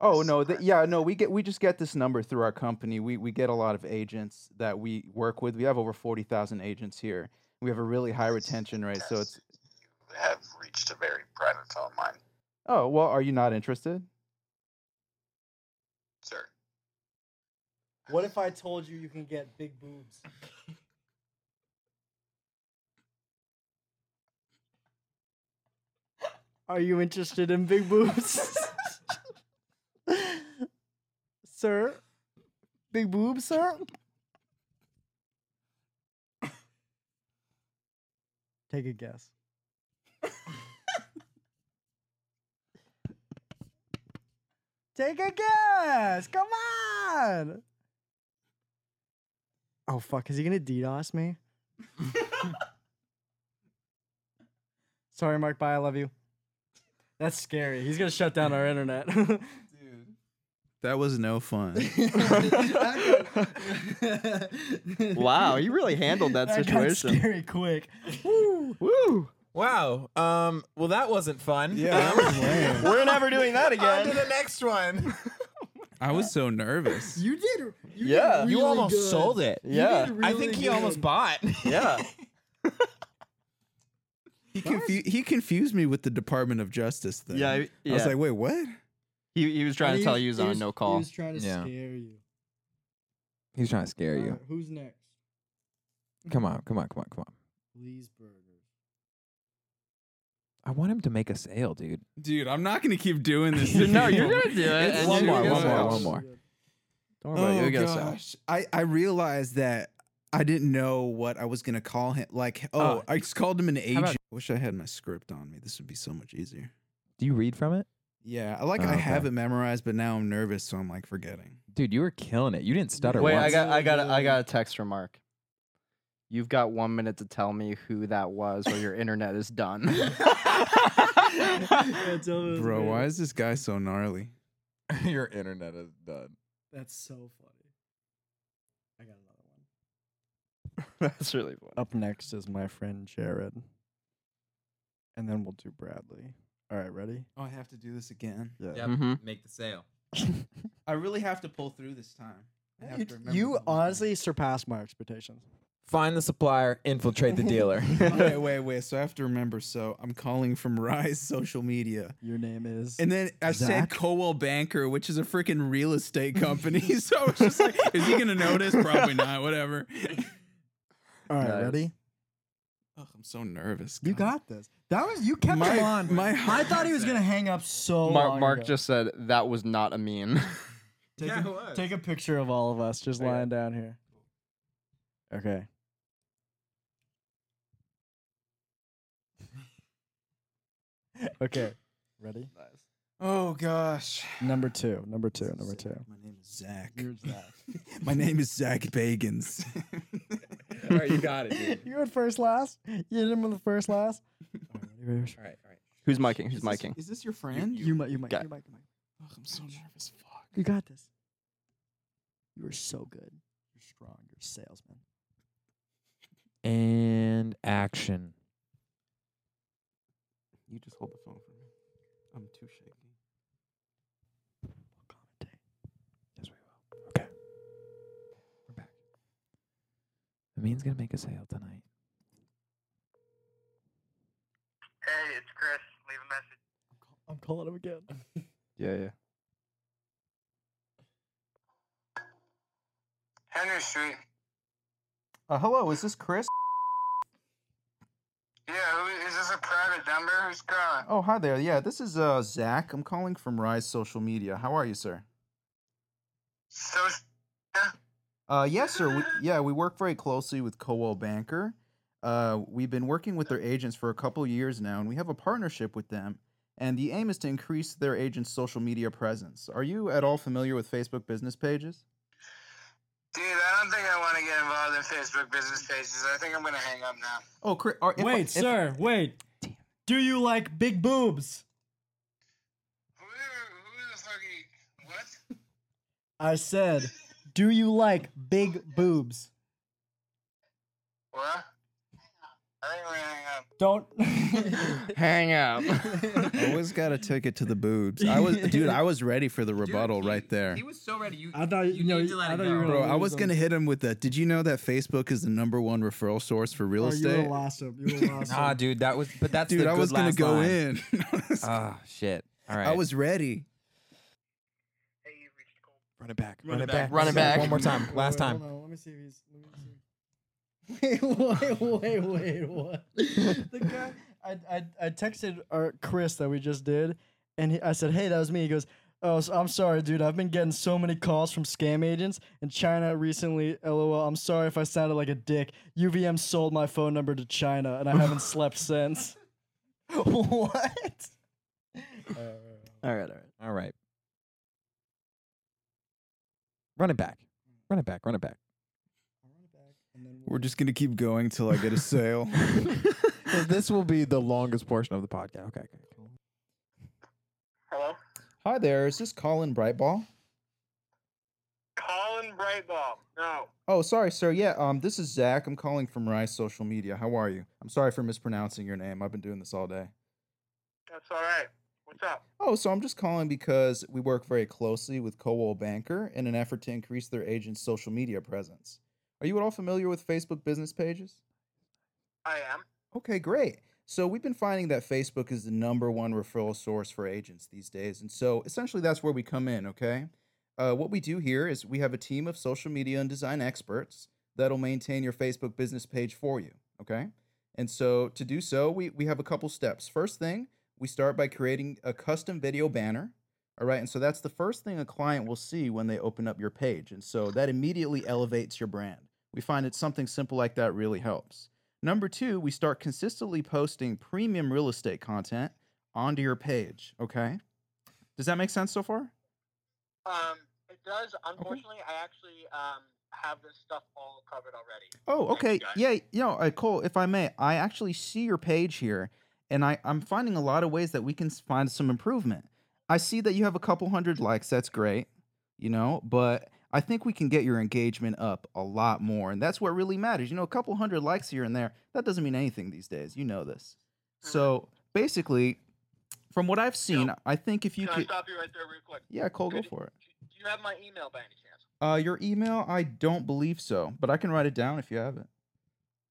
S2: Oh
S6: This
S2: no,
S6: is
S2: th-
S6: correct.
S2: yeah, no, we get we just get this number through our company. We we get a lot of agents that we work with. We have over forty thousand agents here. We have a really high retention rate, so it's
S6: Yes, You have reached a very private phone line,
S2: oh well. Are you not interested?
S6: sir.
S3: What if I told you you can get big boobs? Are you interested in big boobs? sir? Big boobs, sir? Take a guess. Take a guess. Come on. Oh fuck, is he gonna DDoS me? Sorry, Mark. Bye. I love you. That's scary. He's gonna shut down our internet.
S2: That was no fun.
S1: wow, you really handled that,
S3: That got
S1: situation.
S3: scary quick.
S1: Woo!
S7: Wow. Um. Well, that wasn't fun.
S2: yeah,
S7: Um,
S2: that was lame.
S1: We're never doing that
S7: on to
S1: again.
S7: the next one.
S2: I was so nervous.
S3: You did. You did
S1: Yeah.
S3: really
S7: you almost
S3: good.
S7: sold it.
S3: You
S1: Yeah.
S3: did
S7: I think
S3: really
S7: he
S3: good.
S7: almost bought.
S1: Yeah.
S2: He, confu- he confused me with the Department of Justice thing.
S1: Yeah. I-
S2: I was
S1: yeah.
S2: like, wait, what?
S1: he, he was
S3: And
S1: trying to
S3: he
S1: tell
S3: was-
S1: you he was
S3: he
S1: on a
S3: was-
S1: no call.
S3: He was trying to
S7: Yeah.
S3: scare you.
S7: He's trying to scare
S3: All
S7: you.
S3: right, who's next?
S7: Come on. Come on. Come on. Come on.
S3: Lee's Burger.
S7: I want him to make a sale, dude.
S2: Dude, I'm not gonna keep doing this. to
S1: no, you're
S2: people.
S1: gonna do it.
S2: It's-
S1: and
S7: One
S1: you're
S7: more,
S1: gonna
S7: one more,
S1: sell.
S7: one more.
S1: Don't worry about it,
S2: Oh
S1: you'll get a sell.
S2: gosh, I I realized that I didn't know what I was gonna call him. Like, oh,
S7: Uh,
S2: I just called him an agent.
S7: about-
S2: I wish I had my script on me. This would be so much easier.
S7: Do you read from it,
S2: Yeah, I like
S7: Oh,
S2: I
S7: okay.
S2: have it memorized, but now I'm nervous, so I'm like forgetting.
S7: dude? You were killing it. You didn't stutter
S1: Wait,
S7: once.
S1: I got, I got, a, I
S3: Yeah.
S1: got a text from Mark. You've got one minute to tell me who that was, or your internet is done.
S3: Yeah, tell me his
S2: Bro,
S3: name.
S2: why is this guy so gnarly?
S7: Your internet is done.
S3: That's so funny. I got another one.
S1: That's really funny.
S3: Up next is my friend Jared. And then we'll do Bradley. All right, ready?
S2: Oh, I have to do this again.
S3: Yeah.
S4: Yep.
S7: Hmm?
S1: Mhm.
S4: Make the sale.
S2: I really have to pull through this time. I have
S3: You,
S2: to remember
S3: you
S2: the whole
S3: honestly surpassed my expectations.
S7: Find the supplier. Infiltrate the dealer.
S2: thing. wait, wait, wait. So I have to remember. So I'm calling from Rise Social Media.
S3: Your name is.
S2: And then I said
S3: Zach?
S2: Cowell Banker, which is a freaking real estate company. so I was just like, is he going to notice? Probably not. Whatever.
S3: All right,
S1: Nice.
S3: ready?
S2: Ugh, I'm so nervous.
S3: You
S2: God.
S3: got this. That was you kept
S2: My-
S3: him on.
S2: my
S3: I thought he was gonna hang up so
S1: Mark,
S3: long
S1: Mark
S3: ago.
S1: just said that was not a meme.
S3: take,
S4: Yeah, it
S3: a,
S4: was.
S3: take a picture of all of us just
S1: Okay.
S3: lying down here. Okay. okay. Ready?
S2: Oh, gosh.
S3: Number two. Number two. Number two.
S2: My name is Zach.
S3: Zach.
S2: My name is Zach Bagans.
S7: All right, you got it. Dude.
S3: You had first last. You hit him in the first last.
S7: All right, all right.
S1: Who's miking? Who's
S2: Is this-
S1: miking?
S2: Is this your friend?
S3: You might. You might.
S1: Got-
S3: You might. You might.
S2: Ugh, I'm so nervous. Fuck.
S3: You got this. You are so good. You're strong. You're a salesman.
S7: And action.
S2: You just hold the phone for me. I'm too shaky.
S3: Commentate.
S7: Yes, we will. Okay. We're back. Amin's gonna make a sale tonight.
S8: Hey, it's Chris. Leave a message.
S3: I'm calling him again.
S1: Yeah, yeah.
S8: Henry Street.
S2: Uh, hello, is this Chris?
S8: Yeah, who, is this a private number? Who's calling?
S2: Oh, hi there. Yeah, this is uh, Zach. I'm calling from Rise Social Media. How are you, sir?
S8: So,
S2: Uh, yes, sir. We, yeah, we work very closely with Coal Banker. Uh, we've been working with their agents for a couple years now, and we have a partnership with them. And the aim is to increase their agents' social media presence. Are you at all familiar with Facebook business pages?
S8: dude, I don't think I want to get involved in Facebook business pages. I think I'm gonna hang up now.
S2: Oh, Chris, are, if I-
S3: wait,
S2: if-
S3: sir. Wait. Do you like big boobs?
S8: Who, who the fuck are you? What?
S3: I said, do you like big boobs?
S8: What? I think we're gonna hang up.
S3: Don't.
S1: Hang up.
S2: Always got to take it to the boobs. I was, dude. I was ready for the rebuttal right there.
S4: He was so ready. You,
S3: I thought
S4: you
S3: you know.
S4: need to let
S3: I
S4: it
S3: thought you were
S4: go.
S3: gonna
S2: Bro, I
S3: lose
S2: was
S3: him.
S2: gonna hit him with that. Did you know that Facebook is the number one referral source for real
S3: Oh, you would've
S2: estate?
S3: lost him. You would've lost
S7: Ah,
S3: him.
S7: dude, that was. But that's
S2: Dude,
S7: The
S2: I
S7: good
S2: was gonna
S7: last
S2: go
S7: line.
S2: in.
S7: Ah, shit. All right.
S2: I was ready.
S8: Hey, you reached Cole.
S7: run it back.
S4: Run it back,
S1: run it back.
S7: One more time.
S3: Wait,
S7: Last
S3: wait,
S7: time.
S3: Hold on. Let me see if he's. Let me see. wait, wait, wait, wait, what? the guy. I, I, I texted our Chris that we just did, and he, I said, "Hey, that was me." He goes, "Oh, so I'm sorry, dude. I've been getting so many calls from scam agents in China recently. LOL. I'm sorry if I sounded like a dick. UVM sold my phone number to China, and I haven't slept since." what?
S1: all right, all right.
S7: All right. Run it back. Run it back. Run it back.
S3: and then
S9: We're just gonna keep going till I get a sale.
S7: Well, this will be the longest portion of the podcast. Okay. okay.
S8: Hello?
S2: Hi there, is this Colin Brightball?
S8: Colin Brightball. No.
S2: Oh, sorry, sir. Yeah, um, this is Zach. I'm calling from Rice Social Media. How are you? I'm sorry for mispronouncing your name. I've been doing this all day.
S8: That's all right. What's up?
S2: Oh, so I'm just calling because we work very closely with Coal Banker in an effort to increase their agent's social media presence. Are you at all familiar with Facebook business pages?
S8: I am.
S2: Okay, great. So we've been finding that Facebook is the number one referral source for agents these days. And so essentially that's where we come in, okay? Uh, what we do here is we have a team of social media and design experts that'll maintain your Facebook business page for you, okay? And so to do so, we, we have a couple steps. First thing, we start by creating a custom video banner. All right. And so that's the first thing a client will see when they open up your page. And so that immediately elevates your brand. We find that something simple like that really helps. Number two, we start consistently posting premium real estate content onto your page. Okay. Does that make sense so far?
S8: Um, it does. Unfortunately, I actually um, have this stuff all covered already.
S2: Oh, okay.
S8: got it.
S2: Yeah. You know, uh, Cole, if I may, I actually see your page here and I, I'm finding a lot of ways that we can s- find some improvement. I see that you have a couple hundred likes. That's great. You know, but I think we can get your engagement up a lot more. And that's what really matters. You know, a couple hundred likes here and there, that doesn't mean anything these days. You know this.
S8: Mm-hmm.
S2: So basically, from what I've seen, I think if you
S8: Can I
S2: could.
S8: stop you right there real quick?
S2: Yeah, Cole, go
S8: Could-
S2: for it.
S8: Do you have my email by any chance?
S2: Uh, your email, I don't believe so, but I can write it down if you have it.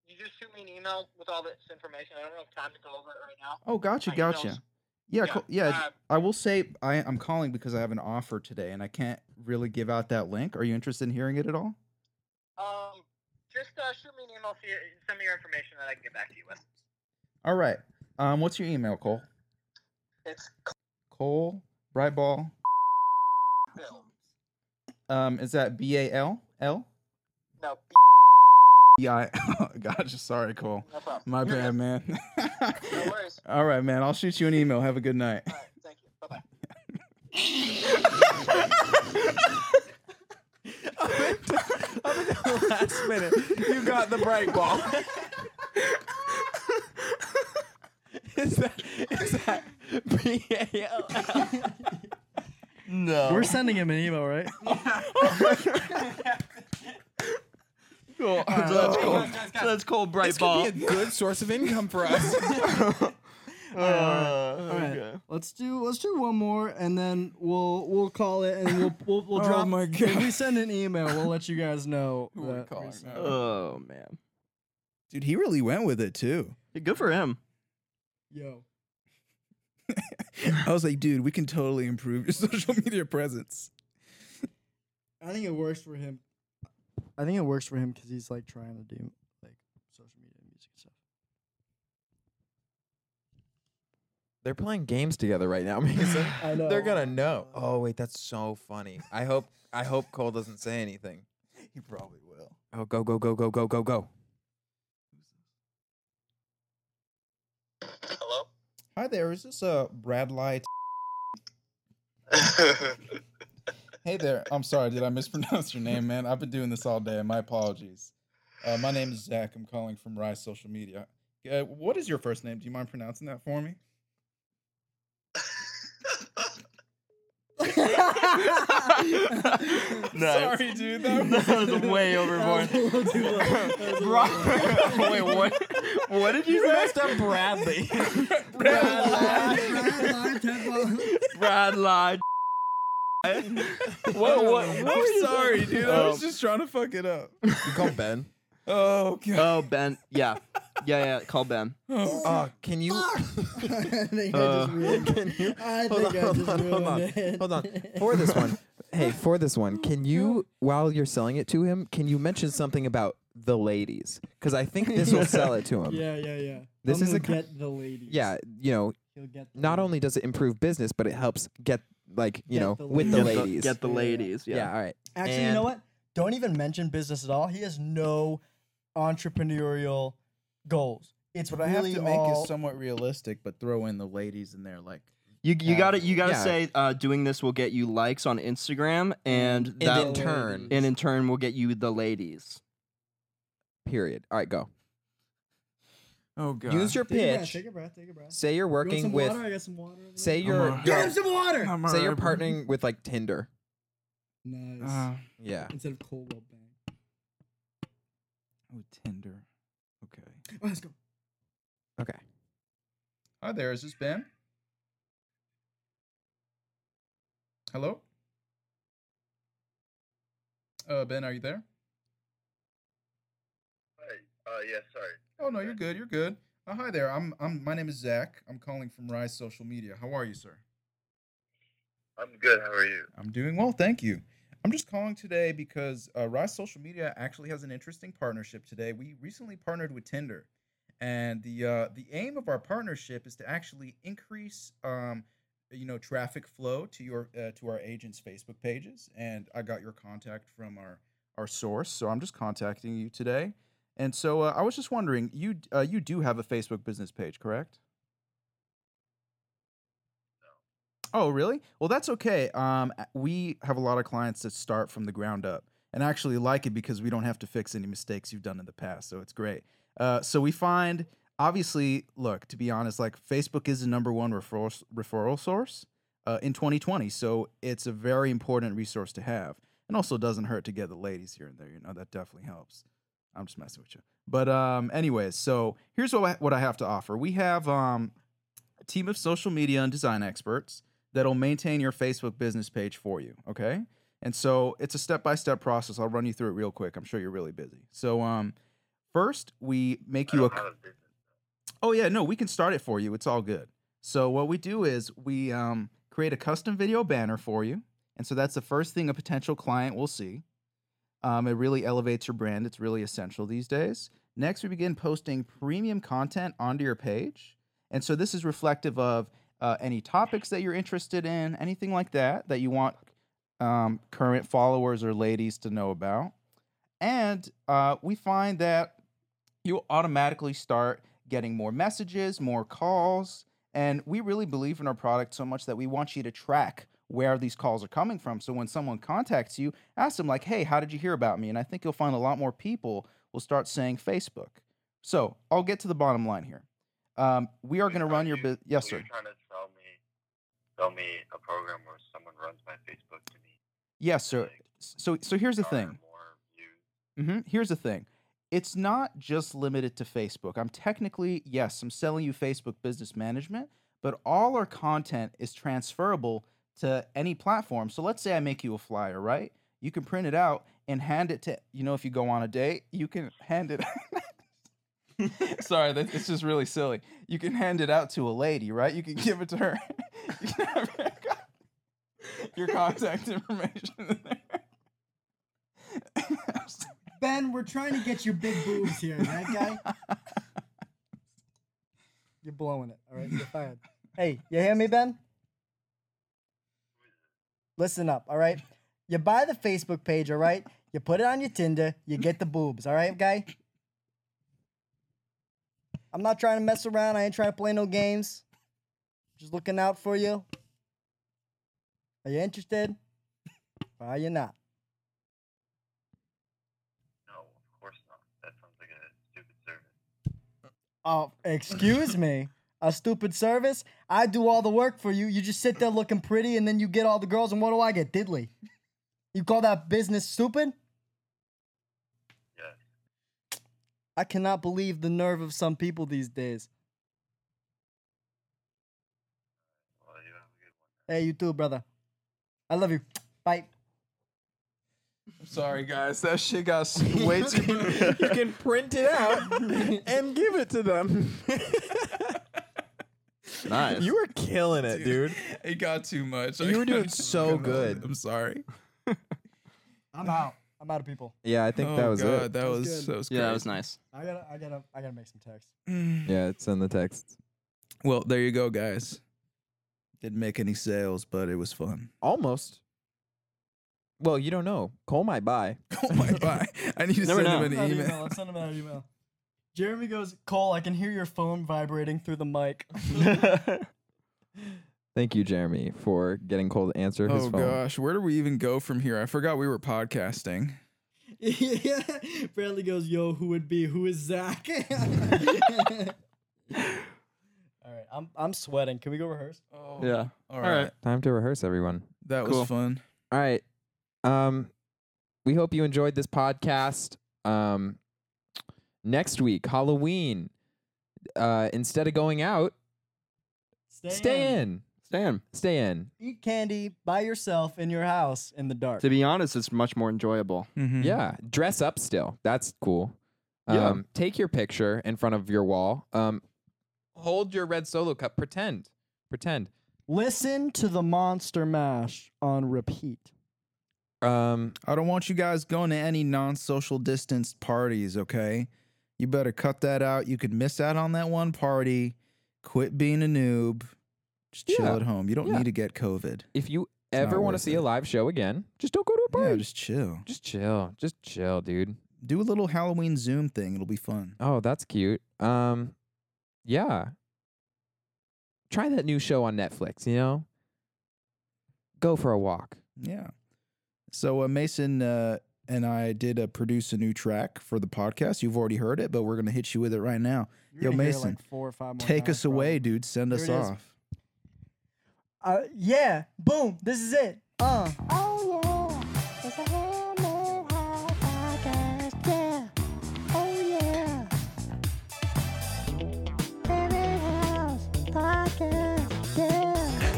S8: You just shoot me an email with all this information. I don't have time to go over it right now.
S2: Oh, gotcha,
S8: My email's-
S2: gotcha. Yeah, Cole, yeah.
S8: Uh,
S2: I will say I, I'm calling because I have an offer today and I can't really give out that link. Are you interested in hearing it at all?
S8: Um, just uh, shoot me an email. See, send me your information that I can get back to you with.
S2: All right. Um, what's your email, Cole?
S8: It's
S2: Cole Brightball.
S8: Bill.
S2: Um, is that B A L L?
S8: No,
S2: Yeah. I, gotcha. Sorry, Cole.
S8: no problem.
S2: My
S8: You're
S2: bad, man.
S8: good. No worries.
S2: all right, man. I'll shoot you an email. Have a good night.
S8: All right, thank you. Bye bye.
S7: Last minute, you got the bright ball. is that is that B A L L?
S3: we're sending him an email, right?
S1: Cool. so,
S7: that's cool.
S1: that's cool. so that's cool, bright
S7: This could
S1: ball.
S7: be a good source of income for us.
S1: Uh,
S3: All right,
S1: okay.
S3: let's do let's do one more, and then we'll we'll call it, and we'll we'll, we'll
S7: Oh
S3: drop.
S7: my
S3: If we
S7: God.
S3: send an email, we'll let you guys know.
S7: Who we're
S3: that
S7: calling
S3: sent-
S7: now.
S1: Oh man,
S9: Dude, he really went with it too.
S1: Yeah, good for him.
S3: Yo,
S9: I was like, dude, we can totally improve your social media presence.
S3: I think it works for him. I think it works for him because he's like trying to do like social media, and music and stuff.
S7: They're playing games together right now, Mason.
S3: I know.
S7: They're gonna know. Oh wait, that's so funny. I hope I hope Cole doesn't say anything.
S9: He probably will.
S7: Oh go go go go go go go.
S6: Hello?
S2: Hi there. Is this uh Brad Light? Hey there. I'm sorry. Did I mispronounce your name, man? I've been doing this all day. My apologies. Uh, my name is Zach. I'm calling from Rise Social Media. Uh, what is your first name? Do you mind pronouncing that for me?
S1: Nice.
S9: Sorry, dude.
S1: that was way overboard. Bro- Wait, what? What did you say?
S7: up Bradley.
S1: Brad lied. what? What? what
S9: I'm sorry, dude. I
S1: Oh.
S9: was just trying to fuck it up.
S7: You call Ben.
S9: Oh
S2: Um,
S9: god.
S1: Oh, Ben. Yeah. Yeah, yeah. Call Ben.
S7: Oh, can you
S3: I think I
S1: Uh,
S3: just ruined
S7: can you
S3: it. I
S7: hold on,
S3: think I
S7: hold
S3: just
S7: on,
S3: ruined
S7: hold on,
S3: it.
S7: hold on. for this one? Hey, for this one, can you while you're selling it to him, can you mention something about the ladies? Because I think this will sell it to him.
S3: Yeah, yeah, yeah.
S7: This
S3: I'm
S7: is a
S3: gonna
S7: co-
S3: get the ladies.
S7: Yeah, you know,
S3: He'll get the
S7: not
S3: ladies.
S7: only does it improve business, but it helps get like you
S3: Get
S7: know
S3: the
S7: with the
S1: get
S7: ladies.
S1: The, get the
S3: Yeah.
S1: ladies. Yeah.
S7: yeah. all right.
S3: Actually, you
S7: And-
S3: know what? Don't even mention business at all. He has no entrepreneurial goals. It's
S2: What I
S3: really
S2: have to make
S3: all
S2: is somewhat realistic, but throw in the ladies in there. Like,
S1: You you
S2: Yeah.
S1: gotta you gotta
S7: Yeah.
S1: say uh, doing this will get you likes on Instagram and
S7: And
S1: that
S7: in turn,
S1: and in turn will get you the ladies.
S4: Period. All right, go.
S2: Oh god.
S4: Use your
S3: Take a breath,
S4: pitch.
S3: Take a breath. Take a breath.
S4: Say you're
S3: You want
S4: working
S3: some
S4: with.
S3: water? I got some water. over
S4: Say
S3: there.
S4: you're,
S2: a-
S3: Get
S4: you're
S3: him some water.
S2: I'm
S4: say you're
S2: urban.
S4: partnering with like Tinder.
S3: Nice.
S2: Uh,
S4: Yeah.
S3: Instead of Coldwell Bank.
S2: oh, Tinder. Okay.
S3: Oh, let's go.
S4: Okay.
S2: Hi there. Is this Ben? Hello. Uh, Ben, are you there?
S8: Uh, yeah, sorry.
S2: Oh no, you're good. You're good. Uh, hi there. I'm. I'm. My name is Zach. I'm calling from Rise Social Media. How are you, sir?
S8: I'm good. How are you?
S2: I'm doing well, thank you. I'm just calling today because uh, Rise Social Media actually has an interesting partnership today. We recently partnered with Tinder, and the uh, the aim of our partnership is to actually increase, um, you know, traffic flow to your uh, to our agents' Facebook pages. And I got your contact from our our source, so I'm just contacting you today. And so uh, I was just wondering, you d- uh, you do have a Facebook business page, correct? Oh, really? Well, that's okay. Um, a- we have a lot of clients that start from the ground up and actually like it because we don't have to fix any mistakes you've done in the past. So it's great. Uh, so we find, obviously, look, to be honest, like Facebook is the number one referral, s- referral source uh, in 2020. So it's a very important resource to have. And also doesn't hurt to get the ladies here and there. You know, that definitely helps. I'm just messing with you. But um, anyways, so here's what I, what I have to offer. We have um, a team of social media and design experts that'll maintain your Facebook business page for you. Okay. And so it's a step by step process. I'll run you through it real quick. I'm sure you're really busy. So, um, first, we make you a.
S8: How is business?
S2: Oh yeah, no, we can start it for you. It's all good. So what we do is we um, create a custom video banner for you, and so that's the first thing a potential client will see. Um, it really elevates your brand. It's really essential these days. Next, we begin posting premium content onto your page, and so this is reflective of uh, any topics that you're interested in, anything like that that you want um, current followers or ladies to know about. And uh, we find that you automatically start getting more messages, more calls. And we really believe in our product so much that we want you to track where these calls are coming from. So when someone contacts you, ask them, like, hey, how did you hear about me? And I think you'll find a lot more people will start saying Facebook. So I'll get to the bottom line here. Um, we are going to
S8: Are
S2: run your
S8: you-
S2: business. Yes,
S8: Are
S2: sir.
S8: you trying to sell me, sell me a program where someone runs my Facebook to me?
S2: Yes, sir. So, so here's the thing.
S8: More views.
S2: hmm Here's the thing it's not just limited to Facebook. I'm technically, yes, I'm selling you Facebook business management, but all our content is transferable to any platform. So let's say I make you a flyer, right? You can print it out and hand it to, you know, if you go on a date, you can hand it. Sorry, that, it's just really silly. You can hand it out to a lady, right? You can give it to her. you can have her con- your contact information in there.
S3: Ben, we're trying to get your big boobs here, right, guy? You're blowing it. All right, you're fired. Hey, you hear me, Ben? Listen up, all right? You buy the Facebook page, all right? You put it on your Tinder, you get the boobs, all right, guy? I'm not trying to mess around. I ain't trying to play no games. Just looking out for you. Are you interested? Or are you not?
S8: No, of course not. That sounds like a stupid service.
S3: Oh, excuse me. A stupid service? I do all the work for you. You just sit there looking pretty and then you get all the girls, and what do I get? Diddly. You call that business stupid?
S8: Yes.
S3: I cannot believe the nerve of some people these days.
S8: Uh, Well, you have a good one.
S3: Hey, you too, brother. I love you. Bye.
S2: Sorry, guys, that shit got s- way too.
S4: you can print it out and give it to them.
S1: Nice.
S4: you were killing it, dude.
S2: It got too much.
S4: You were doing so good.
S2: I'm sorry.
S3: I'm out. I'm out of people.
S4: Yeah, I think that was
S2: Oh, God,
S4: it.
S2: That
S3: That was
S2: was
S3: good.
S2: that was
S1: yeah, that was
S2: crazy.
S1: nice.
S3: I gotta, I gotta, I gotta make some text.
S4: Yeah, it's in the text.
S2: Well, there you go, guys. Didn't make any sales, but it was fun.
S4: Almost. Well, you don't know. Cole might buy.
S2: Oh my god! I need to
S1: Never
S2: send
S1: know.
S2: him an email.
S3: I'm sending him an email. Jeremy goes, Cole, I can hear your phone vibrating through the mic.
S4: Thank you, Jeremy, for getting Cole to answer his
S2: Oh
S4: phone.
S2: gosh, where do we even go from here? I forgot we were podcasting.
S3: yeah. Bradley goes, "Yo, who would be? Who is Zach?" All right, I'm I'm sweating. Can we go rehearse?
S9: Oh,
S1: Yeah.
S9: All
S1: right.
S9: right.
S4: Time to rehearse, everyone.
S2: That
S1: Cool.
S2: was fun.
S4: All right. Um, we hope you enjoyed this podcast. Um, next week, Halloween. Uh, instead of going out,
S3: Stay,
S4: stay in.
S1: Stan.
S4: Stay in.
S3: Eat candy by yourself in your house in the dark.
S1: To be honest, it's much more enjoyable.
S2: Mm-hmm.
S4: Yeah. Dress up still. That's cool.
S1: Yeah.
S4: Um, take your picture in front of your wall. Um, hold your red solo cup. Pretend. Pretend.
S3: Listen to the Monster Mash on repeat.
S4: Um,
S2: I don't want you guys going to any non-social distanced parties, okay? You better cut that out. You could miss out on that one party. Quit being a noob. Just chill
S4: Yeah.
S2: at home. You don't
S4: Yeah.
S2: need to get COVID.
S4: if you
S2: It's not
S4: ever want to
S2: worth
S4: see
S2: it.
S4: a live show again, just don't go to a party.
S2: Yeah,
S4: just,
S2: just chill.
S4: chill. Just chill, dude.
S2: Do a little Halloween Zoom thing. It'll be fun.
S4: Oh, that's cute. Um, yeah. Try that new show on Netflix. You know, go for a walk.
S2: Yeah. So uh, Mason uh, and I did uh, produce a new track for the podcast. You've already heard it, but we're gonna hit you with it right now. Yo,
S3: You're gonna hear it
S2: Mason,
S3: like four or five more
S2: Take
S3: times,
S2: us away,
S3: probably.
S2: dude. Send
S3: Here
S2: us
S3: it is.
S2: off.
S3: Uh, yeah, boom. This is it. Uh.
S10: Oh yeah, it's a Hamlet High podcast. Yeah. Oh yeah. Hamlet House podcast. Yeah.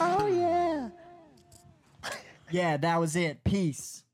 S10: Oh yeah.
S3: Yeah, that was it. Peace.